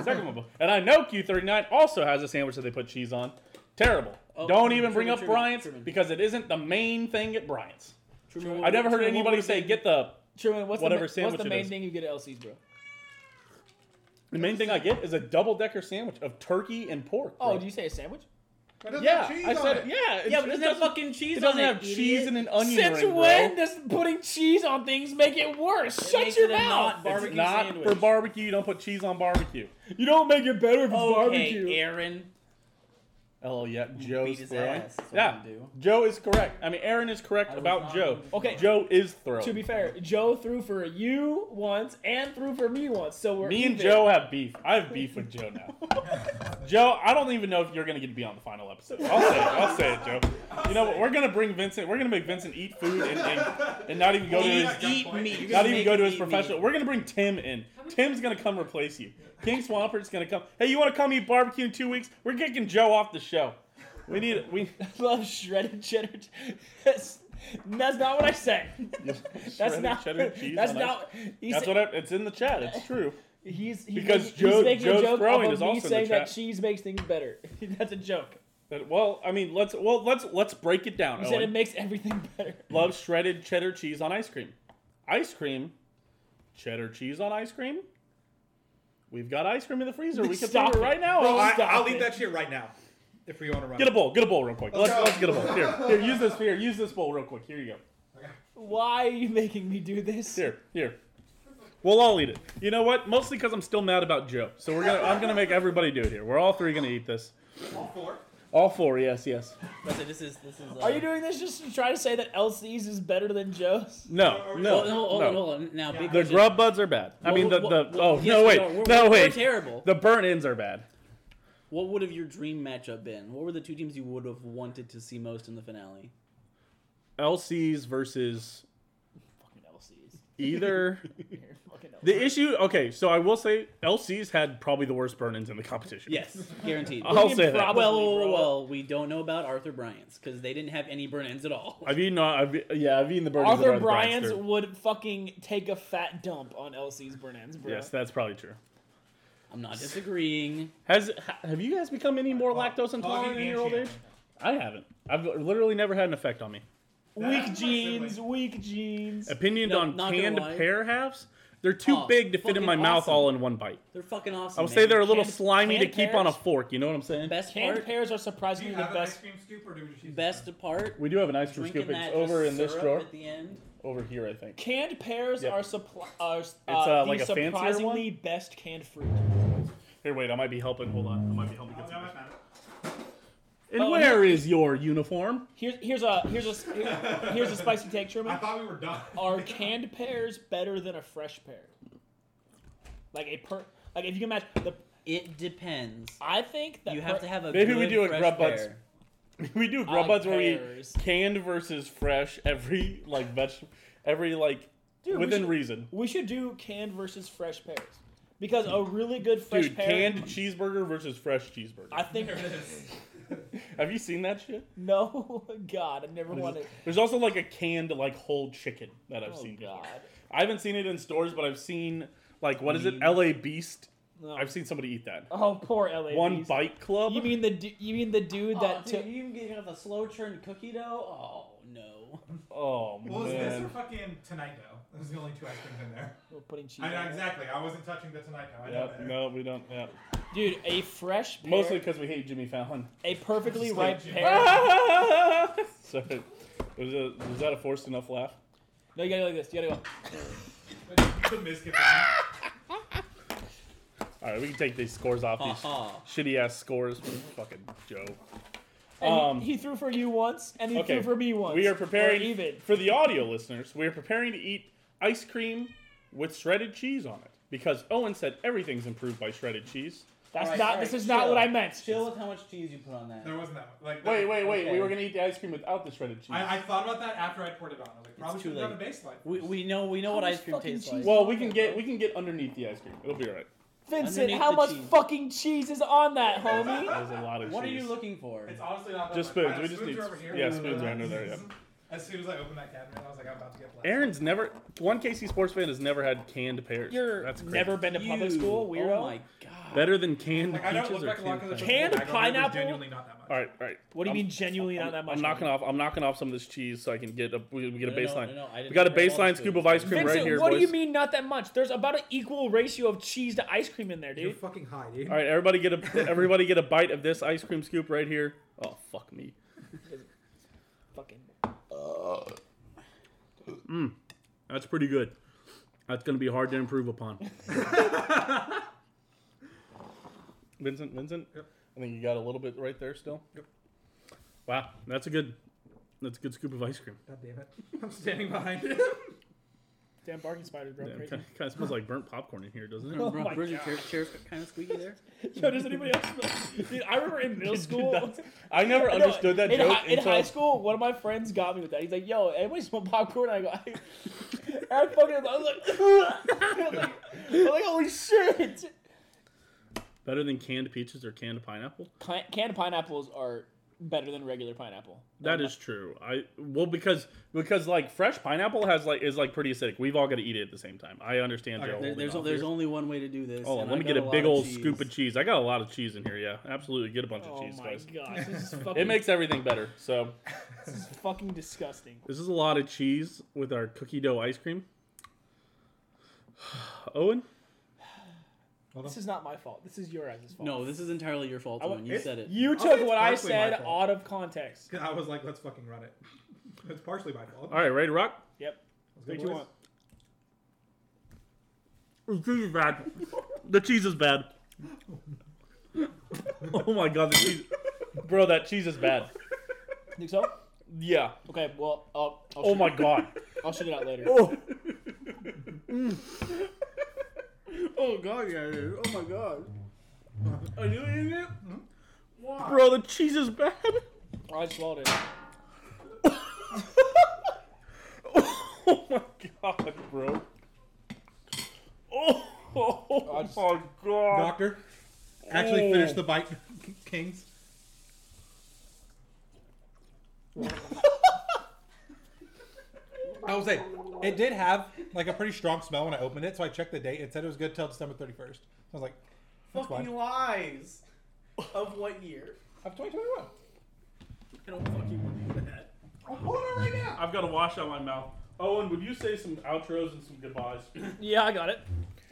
sick of them both. And I know Q39 also has a sandwich that they put cheese on. Terrible.
Oh,
Don't
Truman,
even bring
Truman,
up
Truman,
Bryant's
Truman.
because it isn't the main thing at Bryant's.
Truman,
I've never heard
Truman, what
anybody
would
say
be-
get the
Truman, what's
Whatever
the, ma- what's
sandwich
the
it
main
is.
thing you get at LC's, bro?
The main thing I get is a double decker sandwich of turkey and pork.
Oh,
bro.
did you say a sandwich?
That doesn't
yeah,
have cheese
I
on
said
it.
yeah.
Yeah, but it doesn't have fucking cheese
It doesn't
on
have
idiot.
cheese and an onion
Since
ring, bro.
when does putting cheese on things make it worse?
It
Shut
makes
your
it a
mouth.
not
It's
barbecue
not
sandwich.
for barbecue. You don't put cheese on barbecue.
You don't make it better if it's
okay,
barbecue.
Aaron.
Hell yeah, Joe's
beat his
throwing.
ass. That's what
Yeah,
I'm gonna do.
Joe is correct. I mean, Aaron is correct
I was
about
not
Joe.
moving.
Okay.
Joe is throwing.
To be fair, Joe threw for you once and threw for me once, so we're
me and
even.
Joe have beef. I have beef with Joe now. Joe, I don't even know if you're gonna get to be on the final episode. I'll say it. I'll say it, Joe. You know what? We're gonna bring Vincent. We're gonna make Vincent eat food and, and, and not even go to his
Eat meat. You
not
gotta
even
make
go
it
to his
eat
professional.
meat.
We're gonna bring Tim in. Tim's gonna come replace you. King Swampert's gonna come. Hey, you want to come eat barbecue in two weeks? We're kicking Joe off the show. We need we.
I love shredded cheddar. che- That's, that's not what I said. That's
shredded
not.
cheddar cheese
That's
on ice.
not. He's,
That's what I, it's in the chat. It's true.
he's, he's
because
making,
Joe-
he's making
Joe's
a joke
throwing
off
is
of
also
me
in the
saying that
chat.
cheese makes things better. that's a joke.
But, well, I mean, let's well let's let's break it down.
You said
Owen.
it makes everything better.
Love shredded cheddar cheese on ice cream. Ice cream, cheddar cheese on ice cream. We've got ice cream in the freezer. We can
Stop
stop it
it.
right now.
Bro, I,
stop
I'll
it.
eat that shit right now. If we want to run.
Get a bowl. Get a bowl real quick. Let's,
Let's go.
let's get a bowl. Here, here. Use this. Here, use this bowl real quick. Here you go.
Why are you making me do this?
Here, here. We'll all eat it. You know what? Mostly because I'm still mad about Joe. So we're gonna. I'm gonna make everybody do it here. We're all three gonna eat this.
All four.
All four. Yes, yes.
That's it, This is this is. Uh,
Are you doing this just to try to say that LC's is better than Joe's?
No,
No,
no,
no, hold on,
no.
hold on. Now, big
The
question.
grub buds are bad. I
What
mean, the
would-
the.
what-
Oh no
what- yes, we are.
wait,
We're-
no
we're
wait.
terrible.
The burnt ends are bad.
What would have your dream matchup been? What were the two teams you would have wanted to see most in the finale?
LCs versus
Fucking LC's.
either
Here, fucking LC's.
the issue. Okay, so I will say LCs had probably the worst burn-ins in the competition.
Yes, guaranteed.
I'll
mean
say that.
probably?
well, well,
bro.
well, we don't know about Arthur Bryant's because they didn't have any burn ends at all.
I've eaten. uh, I've, yeah, I've eaten the burn-ins.
Arthur
of
Bryant's
Bryant's.
would fucking take a fat dump on LC's Burnens, bro.
Yes, that's probably true.
I'm not disagreeing.
Has ha- have you guys become any more lactose intolerant in your old age? I haven't. I've literally never had an effect on me.
weak jeans, weak jeans.
Opinioned
No,
on
not gonna
canned
lie.
pear halves. They're too
Oh,
big to fit in
fucking
my mouth
awesome.
all in one bite.
They're fucking awesome.
I would say
man.
they're a little
Canned-
slimy to
canned
keep on a
pears?
fork. You know what I'm saying?
best
Canned
part.
pears are
Do
surprisingly
you
the
have an ice
best.
cream scoop or do we just use
Best part.
We do have an ice cream scoop.
Drinking that
It's over
just
in this
syrup
drawer.
At the end.
Over here, I think.
Canned pears
Yep.
are, supply, are uh,
uh,
the
like a fancier one?
surprisingly best canned fruit.
Here, wait. I might be helping. Hold on. I might be helping
Oh,
get
no,
some.
I found it.
And
Oh,
where is your uniform?
Here's here's a here's a here's a spicy take,
I
Truman.
thought we were done.
Are canned pears better than a fresh pear? Like a per like if you can match the
It depends.
I think that
You
per-
have to have a
Maybe
good
we do a
fresh
grub buds.
pear.
we do
I
grub buds where we eat
pears.
canned versus fresh. Every like vegetable. Every like
Dude, we
within
should-
reason.
We should do canned versus fresh pears because a really good fresh
Dude,
pear.
canned cheeseburger versus fresh cheeseburger.
I think
Have you seen that shit?
no, God, I never
What is
want to.
it? There's also like a canned like whole chicken that I've
Oh
seen. before.
God,
I haven't seen it in stores, but I've seen like what is it?
Memes.
L.A. Beast.
no.
I've seen somebody eat that.
Oh, poor LA.
One bite club.
You mean the du- you mean the dude
Oh,
that
dude,
took?
you even getting the slow churn cookie dough? Oh no.
oh
Well, is this or
man.
fucking tonight dough? Those are the only two ice creams in there.
We're putting cheese.
I
on
know
it.
exactly. I wasn't touching the tonight dough. I know
Yep,
better.
no, we don't. Yep.
Dude, a fresh pear,
Mostly because we hate Jimmy Fallon.
a perfectly
Just
ripe
like-
pear.
Sorry. Was, a, was that a forced enough laugh?
No, you gotta go like this. You gotta go.
The biscuit thing.
All right, we can take these scores off
Ha
these
Uh-huh.
ha.
shitty ass scores. Fucking Joe.
And he-
Um,
he, threw for you once, and he
okay.
threw for me once.
We are
Or
preparing
even.
for the audio listeners. We are preparing to eat ice cream with shredded cheese on it because Owen said everything's improved by shredded cheese.
That's
Alright,
not.
alright,
this is not
chill.
what I meant.
Chill with how much cheese you put on that.
There wasn't that one. Like,
Wait, wait, wait. We
Okay.
were gonna eat the ice cream without the shredded cheese.
I, I thought about that after I poured it on. I was like, probably
too
should have done a
late.
baseline.
We, we know we know what
much
ice cream
fucking
tastes
cheese
like.
well, we can get we can get underneath the ice cream. It'll be all right.
Vincent,
Underneath
how
the
much
cheese.
fucking cheese is on that, homie?
There's a lot of
what are
cheese.
you looking for?
It's honestly not that
Just
much.
spoons.
I-
We just
spoons
need-
are over here.
yeah, spoons are under there, yeah.
As soon as I opened that cabinet, I was like, I'm about to get blasted.
Aaron's never one KC sports fan has never had canned pears.
You're
That's crazy.
never been to public
You-
school, weirdo.
Oh my god.
better than canned
Like, I don't
peaches
look
or
back a lot
canned.
because
pineapple.
Canned pineapple?
Genuinely not that much.
All right, all right.
what do you
I'm-
mean genuinely
I'm,
not that much?
I'm knocking
money?
off. I'm knocking off some of this cheese so I can get a we, we get a
No, no,
baseline.
no, no, I
we
didn't
got a
grab all the
baseline scoop
spoons.
of ice cream
Vincent,
right here,
what
boys.
do you mean not that much? There's about an equal ratio of cheese to ice cream in there,
You're
dude.
fucking high, dude.
All right, everybody get a everybody get a bite of this ice cream scoop right here. Oh fuck me.
Fucking.
That's pretty good. That's gonna be hard to improve upon. Vincent, Vincent,
I think you got a little bit right there still.
Wow, that's a good, that's a good scoop of ice cream.
God damn it. I'm standing behind him.
Damn barking spider drove
Yeah, it
crazy.
kind of smells like burnt popcorn in here, doesn't it?
Oh my
Bridget,
God.
chair, chair's kind of squeaky there.
Yo, does anybody else? Smell? Dude, I remember in middle school.
I never
No,
understood that
in
joke
hi- in
until
high school, one of my friends got me with that. He's like, "Yo, anybody smell popcorn?" I go, "I." and I fucking, I was like, I was like, I was like, "Holy shit!"
Better than canned peaches or canned pineapple?
Pi- Canned pineapples are better than regular pineapple.
That
Um,
is true. I well because because like fresh pineapple has like is like pretty acidic. We've all got to eat it at the same time. I understand.
Okay.
Oh
Joe
There,
holding
there's
off
there's
here.
only one way to do this.
Hold on,
and
let
I
me
got
get
a
a
lot
big
of
old
cheese.
scoop of cheese. I got a lot of cheese in here. Yeah, absolutely. Get a bunch of
Oh
cheese,
my
guys.
gosh, this is fucking,
It makes everything better. So
this is fucking disgusting.
this is a lot of cheese with our cookie dough ice cream. Owen,
This is not my fault. This is your guys' fault.
No, this is entirely your fault,
I
Owen. You
it's-
said it.
you
say
took
it's
what I
partially my
said
fault.
out of context.
'Cause I was like, let's fucking run it. It's partially my fault.
all right, ready to rock?
Yep.
Let's go,
Three, two,
boys.
one.
The cheese is bad. The cheese is bad. Oh my god, the cheese, bro! That cheese is bad.
Think so?
Yeah.
Okay. Well, uh, I'll
Oh
shoot-
my god.
I'll shoot it out later.
Oh.
Oh god, yeah, dude. Oh my god.
Are you eating it? Hmm?
Bro, the cheese is bad.
I swallowed it.
Oh my god, bro. Oh, my god.
Doctor, actually
Oh.
finish the bite, Kings. I will say, it did have like a pretty strong smell when I opened it, so I checked the date. It said it was good till December 31st. So I was like, that's fine.
Fucking lies. Of what year?
Of 2021.
I don't fucking believe that.
I'm pulling it right now.
I've got a wash out my mouth. Owen, would you say some outros and some goodbyes?
Yeah, I got it.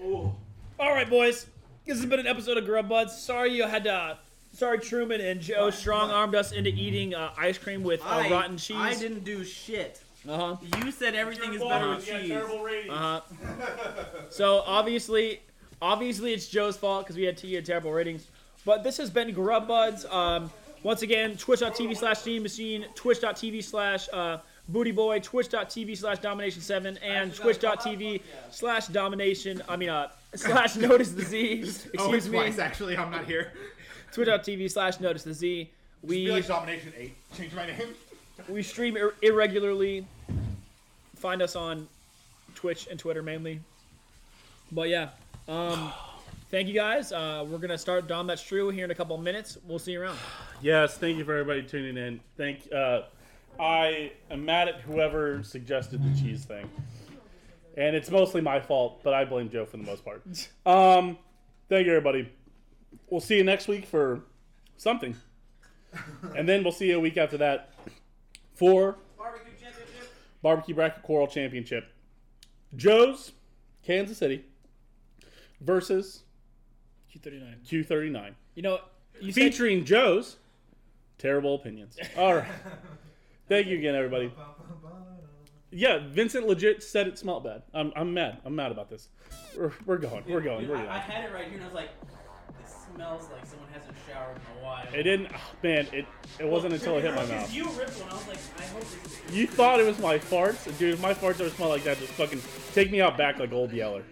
oh.
All right, boys. This has been an episode of Grub Buds. Sorry you had to. sorry Truman and Joe strong armed us into eating uh, ice cream with uh,
I,
rotten cheese.
I didn't do shit.
Uh huh.
You said everything is better with cheese.
Uh huh. so obviously, obviously it's Joe's fault because we had two terrible ratings. But this has been Grub Buds. Um, once again, twitch.tv slash Steam Machine, twitch.tv slash uh, Booty Boy, twitch.tv slash Domination7, and twitch.tv slash Domination, I mean, uh, slash Notice the Z.
Oh, it's
Excuse me.
twice actually. I'm not here.
Twitch.tv slash Notice the Z. We.
Be like Domination 8. Change my name.
We stream ir- irregularly. Find us on Twitch and Twitter mainly. But yeah, um, thank you guys. Uh, we're gonna start Dom. That's true. Here in a couple minutes. We'll see you around.
Yes, thank you for everybody tuning in. Thank. Uh, I am mad at whoever suggested the cheese thing, and it's mostly my fault, but I blame Joe for the most part. Um, thank you, everybody. We'll see you next week for something, and then we'll see you a week after that for
Barbecue championship.
barbecue bracket quarrel championship. Joe's Kansas City versus
Q thirty nine.
Q39,
You know, you said
featuring Joe's terrible opinions. All right. Thank you again, everybody. Yeah, Vincent legit said it smelled bad. I'm, I'm mad. I'm mad about this. We're, we're going. We're going.
Dude,
We're
I, I
going.
had it right here and I was like, this smells like someone hasn't showered in a while.
It didn't. Oh, man, it it wasn't until it hit my mouth.
You ripped one. I was like, I hope this is.
You thought it was my farts, dude. If my farts ever smelled like that, just fucking take me out back like old Yeller.